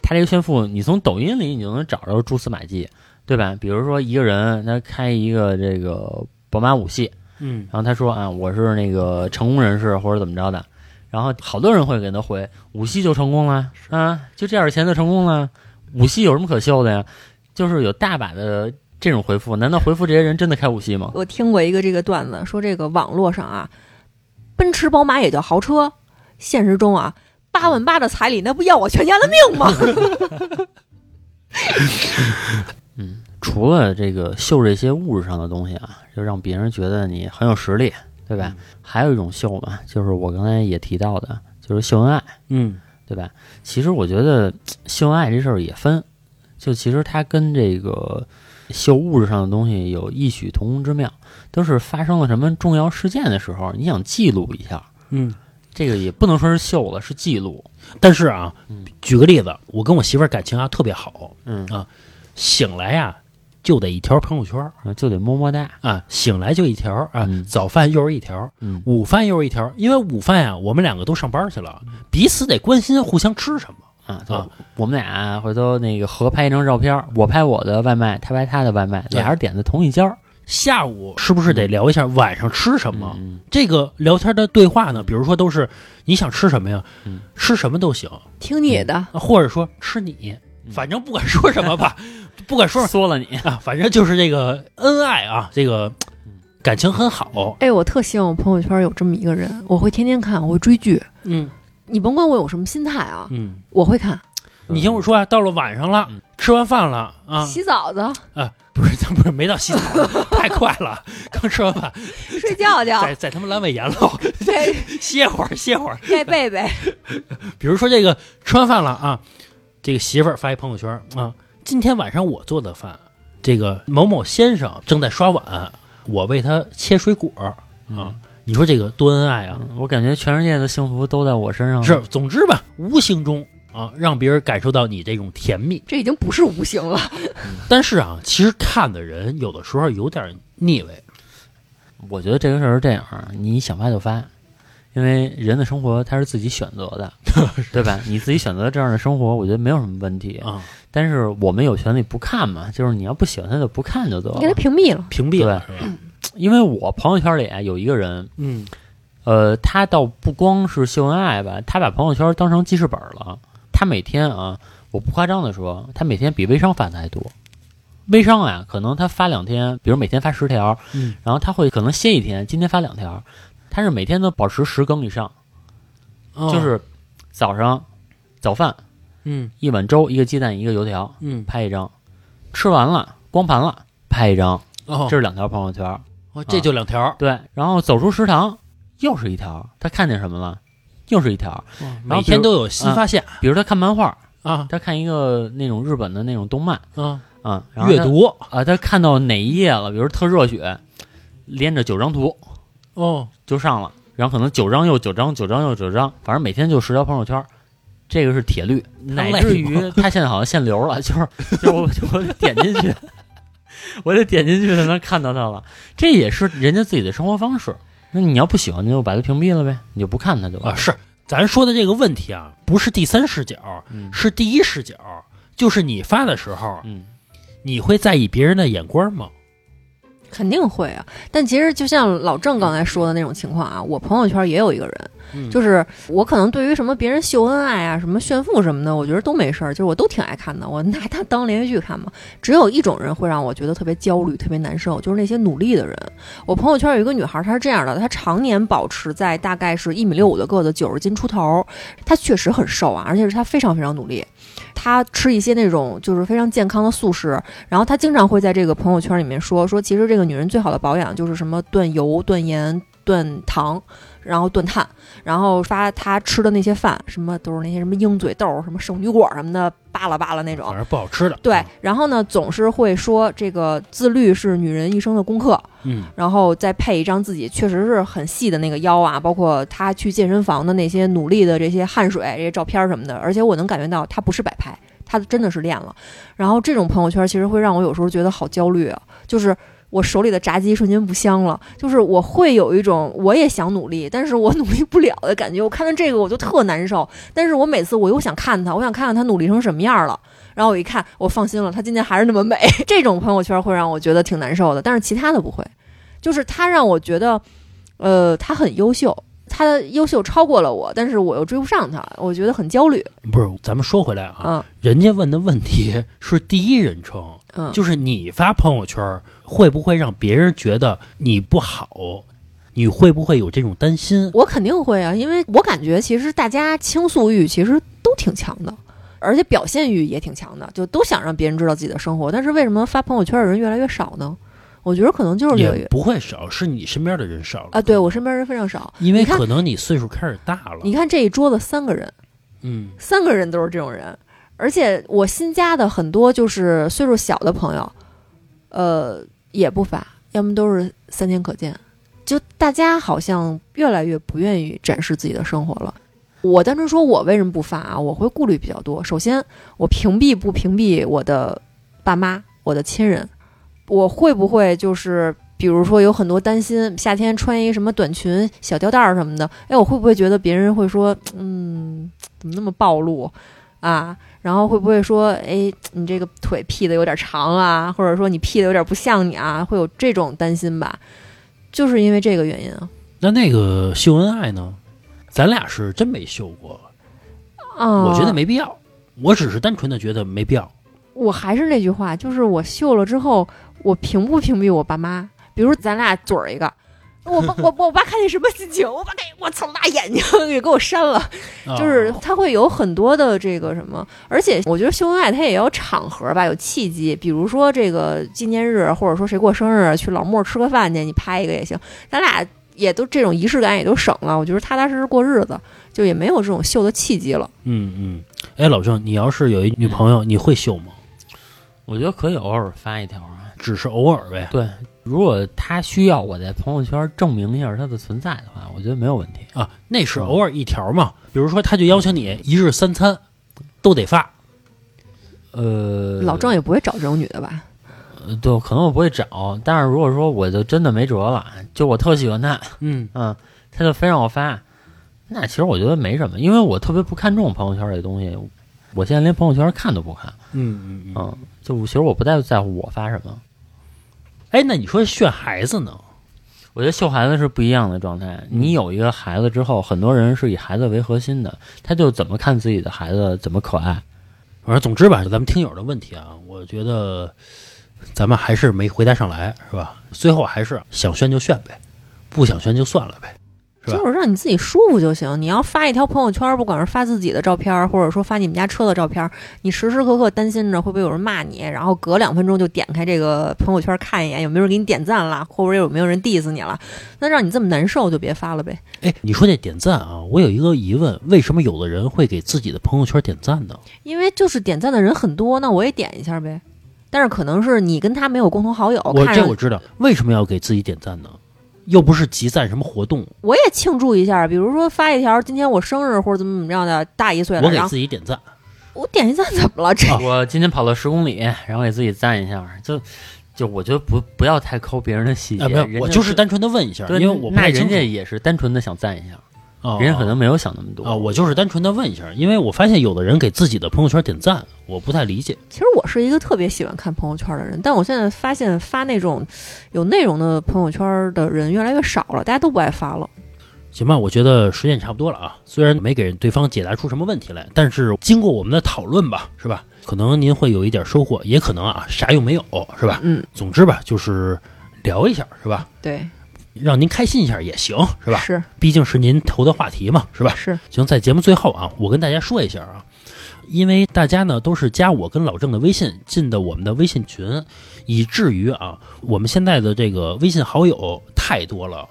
Speaker 4: 他这个炫富，你从抖音里你就能找着蛛丝马迹，对吧？比如说一个人他开一个这个宝马五系，
Speaker 2: 嗯
Speaker 4: 然后他说啊，我是那个成功人士或者怎么着的，然后好多人会给他回五系就成功了啊，就这点钱就成功了，五系有什么可秀的呀？就是有大把的这种回复，难道回复这些人真的开五系吗？
Speaker 3: 我听过一个这个段子，说这个网络上啊，奔驰、宝马也叫豪车，现实中啊，八万八的彩礼那不要我全家的命吗？
Speaker 4: 除了这个秀这些物质上的东西啊，就让别人觉得你很有实力，对吧？还有一种秀嘛，就是我刚才也提到的，就是秀恩爱，
Speaker 2: 嗯
Speaker 4: 对吧？其实我觉得秀恩爱这事儿也分，就其实它跟这个秀物质上的东西有异曲同工之妙，都是发生了什么重要事件的时候，你想记录一下，
Speaker 2: 嗯。
Speaker 4: 这个也不能说是秀了，是记录。
Speaker 2: 但是啊
Speaker 4: 嗯，
Speaker 2: 举个例子，我跟我媳妇儿感情啊特别好，
Speaker 4: 嗯
Speaker 2: 醒来呀、就得一条朋友圈儿
Speaker 4: 就得么么哒。
Speaker 2: 啊，醒来就一条啊，
Speaker 4: 嗯
Speaker 2: 早饭又是一条，
Speaker 4: 嗯
Speaker 2: 午饭又是一条，因为午饭呀、我们两个都上班去了，
Speaker 4: 嗯
Speaker 2: 彼此得关心互相吃什么。
Speaker 4: 啊，就
Speaker 2: 啊
Speaker 4: 我们俩回头那个合拍一张照片儿，我拍我的外卖，他拍他的外卖，
Speaker 2: 对
Speaker 4: 俩人点的同一家儿。
Speaker 2: 下午是不是得聊一下晚上吃什么？
Speaker 4: 嗯
Speaker 2: 这个聊天的对话呢，比如说都是你想吃什么呀，
Speaker 4: 嗯
Speaker 2: 吃什么都行，
Speaker 3: <laughs> 听你的，
Speaker 2: 或者说吃你，
Speaker 4: 嗯
Speaker 2: 反正不管说什
Speaker 4: <laughs>
Speaker 2: 么吧，不管说
Speaker 4: 嗯，缩了你。
Speaker 2: 啊，反正就是这个恩爱啊，这个
Speaker 4: 嗯
Speaker 2: 感情很好。
Speaker 3: 哎，我特希望我朋友圈有这么一个人，我会天天看，我会追剧。
Speaker 2: 嗯
Speaker 3: 你甭管我有什么心态啊，
Speaker 2: 嗯，
Speaker 3: 我会看。
Speaker 2: <laughs> 你听我说啊，到了晚上了
Speaker 4: 嗯，
Speaker 2: 吃完饭了啊，
Speaker 3: 洗澡 <laughs> 去，
Speaker 2: 不是，咱不是没到洗澡，太快了，刚吃完饭，
Speaker 3: 睡觉去，
Speaker 2: 在在他们阑尾炎了，
Speaker 3: 该
Speaker 2: 歇会儿歇会儿。
Speaker 3: 该贝贝。
Speaker 2: 比如说这个吃完饭了啊，这个媳妇儿发一朋友圈啊，今天晚上我做的饭，这个某某先生正在刷碗，我为他切水果啊。你说这个多恩爱啊！
Speaker 4: 嗯嗯我感觉全世界的幸福都在我身上。
Speaker 2: 是，，总之吧，无形中啊，让别人感受到你这种甜蜜。
Speaker 3: <laughs> 这已经不是无形了，
Speaker 2: 但是啊，其实看的人有的时候有点腻味。
Speaker 4: 我觉得这个事儿是这样啊，你想发就发，因为人的生活他是自己选择的，对吧？你自己选择这样的生活，我觉得没有什么问题。
Speaker 2: 啊，
Speaker 4: 但是我们有权利不看嘛，就是你要不喜欢他就不看就得
Speaker 3: 你给他
Speaker 4: 了。
Speaker 3: 屏蔽了。
Speaker 2: 屏蔽了是吧？
Speaker 4: 因为我朋友圈里啊有一个人，
Speaker 2: 嗯，
Speaker 4: 呃，他倒不光是秀恩爱吧，他把朋友圈当成记事本了。他每天啊，我不夸张的说，他每天比微商发的还多。微商啊，可能他发两天，比如每天发十条，
Speaker 2: 嗯
Speaker 4: 然后他会可能歇一天，今天发两条。他是每天都保持十更以上，
Speaker 2: 哦
Speaker 4: 就是早上早饭
Speaker 2: 嗯
Speaker 4: 一碗粥，一个鸡蛋，一个油条，
Speaker 2: 嗯
Speaker 4: 拍一张；吃完了光盘了，拍一张，
Speaker 2: 哦
Speaker 4: 这，是两条朋友圈。
Speaker 2: 哦这就两条儿，
Speaker 4: 对，然后走出食堂又是一条，他看见什么了？又是一条。
Speaker 2: 每天都有新发现
Speaker 4: 比如他看漫画，
Speaker 2: 啊
Speaker 4: 他看一个那种日本的那种动漫
Speaker 2: 啊！
Speaker 4: 啊，然后他
Speaker 2: 阅读
Speaker 4: 啊，他看到哪一页了，比如特热血，连着九张图
Speaker 2: 哦，
Speaker 4: 就上了，然后可能九张又九张，九张又九张，反正每天就十条朋友圈。这个是铁律，乃
Speaker 2: 累
Speaker 4: 至
Speaker 2: 吗
Speaker 4: 于他现在好像限流了， <laughs> 就是就是我就我得点进去， <laughs> 我得点进去才能看到他了。这也是人家自己的生活方式。那你要不喜欢，你就把他屏蔽了呗，你就不看他就完
Speaker 2: 啊
Speaker 4: 了。
Speaker 2: 是。咱说的这个问题啊，不是第三视角，
Speaker 4: 嗯
Speaker 2: 是第一视角，就是你发的时候，
Speaker 4: 嗯，
Speaker 2: 你会在意别人的眼光吗？
Speaker 3: 肯定会啊，但其实就像老郑刚才说的那种情况啊，我朋友圈也有一个人，
Speaker 2: 嗯
Speaker 3: 就是我可能对于什么别人秀恩爱啊、什么炫富什么的，我觉得都没事儿，就是我都挺爱看的，我拿它当连续剧看嘛。只有一种人会让我觉得特别焦虑、特别难受，就是那些努力的人。我朋友圈有一个女孩，她是这样的，她常年保持在大概是一米六五的个子，九十斤出头，她确实很瘦啊，而且是她非常非常努力。她吃一些那种就是非常健康的素食，然后她经常会在这个朋友圈里面说说，其实这个女人最好的保养就是什么断油、断盐、断糖，然后断碳，然后发她吃的那些饭，什么都是那些什么鹰嘴豆、什么圣女果什么的，扒拉扒拉那种
Speaker 2: 反。正不好吃的。
Speaker 3: 对，然后呢，总是会说这个自律是女人一生的功课，
Speaker 2: 嗯，
Speaker 3: 然后再配一张自己确实是很细的那个腰啊，包括她去健身房的那些努力的这些汗水、这些照片什么的，而且我能感觉到她不是摆拍，她真的是练了。然后这种朋友圈其实会让我有时候觉得好焦虑啊，就是。我手里的炸鸡瞬间不香了，就是我会有一种我也想努力，但是我努力不了的感觉。我看到这个我就特难受，但是我每次我又想看他，我想看看他努力成什么样了。然后我一看，我放心了，他今天还是那么美。 <laughs> 这种朋友圈会让我觉得挺难受的，但是其他的不会。就是他让我觉得，呃，他很优秀，他的优秀超过了我，但是我又追不上他，我觉得很焦虑。
Speaker 2: 嗯不是，咱们说回来啊，
Speaker 3: 嗯
Speaker 2: 人家问的问题是第一人称，
Speaker 3: 嗯，
Speaker 2: 就是你发朋友圈会不会让别人觉得你不好？你会不会有这种担心？
Speaker 3: 我肯定会啊，因为我感觉其实大家倾诉欲其实都挺强的，而且表现欲也挺强的，就都想让别人知道自己的生活。但是为什么发朋友圈的人越来越少呢？我觉得可能就是有
Speaker 2: 也不会少，是你身边的人少了
Speaker 3: 啊，对我身边人非常少。
Speaker 2: 因为
Speaker 3: 你看
Speaker 2: 可能你岁数开始大了，
Speaker 3: 你看这一桌子三个人，
Speaker 2: 嗯，
Speaker 3: 三个人都是这种人，而且我新加的很多就是岁数小的朋友，呃，也不发，要么都是三天可见。就大家好像越来越不愿意展示自己的生活了。我单纯说我为什么不发啊？我会顾虑比较多。首先，我屏蔽不屏蔽我的爸妈、我的亲人，我会不会就是比如说有很多担心，夏天穿一什么短裙、小吊带儿什么的，哎，我会不会觉得别人会说，嗯，怎么那么暴露啊？然后会不会说，哎，你这个腿劈的有点长啊，或者说你劈的有点不像你啊，会有这种担心吧？就是因为这个原因啊。
Speaker 2: 那那个秀恩爱呢？咱俩是真没秀过，
Speaker 3: 啊，
Speaker 2: 我觉得，没必要。我只是单纯的觉得没必要。
Speaker 3: 我还是那句话，就是我秀了之后，我屏不屏蔽我爸妈？比如咱俩嘴儿一个，我爸我我我爸看见什么心情？我爸看见我操大眼睛也给我删了，
Speaker 2: 啊
Speaker 3: 就是他会有很多的这个什么，而且我觉得秀恩爱它也有场合吧，有契机，比如说这个纪念日，或者说谁过生日，去老莫吃个饭去，你拍一个也行。咱俩也都这种仪式感也都省了，我觉得踏踏实实过日子，就也没有这种秀的契机了。
Speaker 2: 嗯嗯。哎，老郑，你要是有一女朋
Speaker 3: 嗯
Speaker 2: 友，你会秀吗？
Speaker 4: 我觉得可以偶尔发一条啊。
Speaker 2: 只是偶尔呗。
Speaker 4: 对，如果他需要我在朋友圈证明一下他的存在的话，我觉得没有问题。
Speaker 2: 啊，那是偶尔一条
Speaker 3: 哦
Speaker 2: 嘛。比如说，他就要求你一日三餐都得发，
Speaker 4: 呃，
Speaker 3: 老郑也不会找这种女的吧？
Speaker 4: 呃对，可能我不会找，但是如果说我就真的没辙了，就我特喜欢他，
Speaker 2: 嗯
Speaker 4: 嗯，他就非让我发，那其实我觉得没什么，因为我特别不看重朋友圈这东西，我现在连朋友圈看都不看，
Speaker 2: 嗯嗯嗯。
Speaker 4: 嗯，就其实我不太在乎我发什么，
Speaker 2: 哎，那你说炫孩子呢？
Speaker 4: 我觉得秀孩子是不一样的状态。你有一个孩子之后，很多人是以孩子为核心的，他就怎么看自己的孩子怎么可爱。
Speaker 2: 反正总之吧，咱们听友的问题啊，我觉得咱们还是没回答上来，是吧？最后还是想炫就炫呗，不想炫就算了呗。是吧
Speaker 3: 就是让你自己舒服就行。你要发一条朋友圈，不管是发自己的照片儿，或者说发你们家车的照片儿，你时时刻刻担心着会不会有人骂你，然后隔两分钟就点开这个朋友圈看一眼，有没有人给你点赞了，或者有没有人 diss 你了，那让你这么难受就别发了呗。
Speaker 2: 哎，你说这点赞啊，我有一个疑问，为什么有的人会给自己的朋友圈点赞呢？
Speaker 3: 因为就是点赞的人很多，那我也点一下呗。但是可能是你跟他没有共同好友，
Speaker 2: 我
Speaker 3: 看
Speaker 2: 这
Speaker 4: 啊
Speaker 3: 上
Speaker 2: 我知道，为什么要给自己点赞呢？又不是集赞什么活动，
Speaker 3: 我也庆祝一下，比如说发一条今天我生日或者怎么怎么样的，大一岁了，
Speaker 2: 我给
Speaker 3: 然后
Speaker 2: 自己点赞。
Speaker 3: 我点一赞怎么了？这、
Speaker 4: <laughs> 我今天跑了十公里，然后给自己赞一下，就就我觉得不不要太抠别人的细节，
Speaker 2: 哎，没
Speaker 4: 人
Speaker 2: 有，
Speaker 4: 家
Speaker 2: 我就是单纯的问一下，
Speaker 4: 对，
Speaker 2: 因为我不
Speaker 4: 那
Speaker 2: 太清
Speaker 4: 人
Speaker 2: 楚
Speaker 4: 家。也是单纯的想赞一下，
Speaker 2: 啊
Speaker 4: 人家可能没有想那么多。
Speaker 2: 啊，我就是单纯的问一下，因为我发现有的人给自己的朋友圈点赞，我不太理解。
Speaker 3: 其实我是一个特别喜欢看朋友圈的人，但我现在发现发那种有内容的朋友圈的人越来越少了，大家都不爱发了。
Speaker 2: 行吧，我觉得时间也差不多了啊。虽然没给对方解答出什么问题来，但是经过我们的讨论吧，是吧？可能您会有一点收获，也可能啊啥用没有，是吧？
Speaker 3: 嗯，
Speaker 2: 总之吧，就是聊一下，是吧？
Speaker 3: 对，
Speaker 2: 让您开心一下也行，是吧？
Speaker 3: 是
Speaker 2: 毕竟是您投的话题嘛，是吧？
Speaker 3: 是，
Speaker 2: 行，在节目最后啊，我跟大家说一下啊，因为大家呢都是加我跟老郑的微信进的我们的微信群，以至于啊，我们现在的这个微信好友太多了，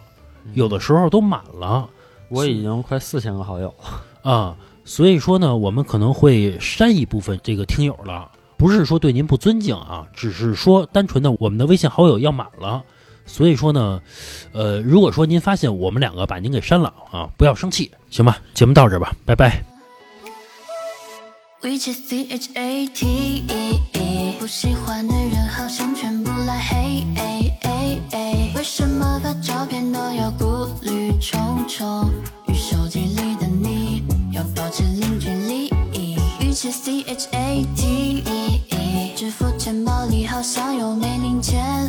Speaker 2: 有的时候都满了
Speaker 4: 我已经快四千个好友了，
Speaker 2: 啊，所以说呢，我们可能会删一部分这个听友了，不是说对您不尊敬啊，只是说单纯的我们的微信好友要满了。所以说呢，呃，如果说您发现我们两个把您给删了啊，不要生气，行吧？节目到这儿吧，拜拜。
Speaker 5: We just C H A T E E，不喜欢的人好像全部来黑。为什么发照片都要顾虑重重？与手机里的你要保持零距离。We just C H A T E E，支付钱包里好像有没零钱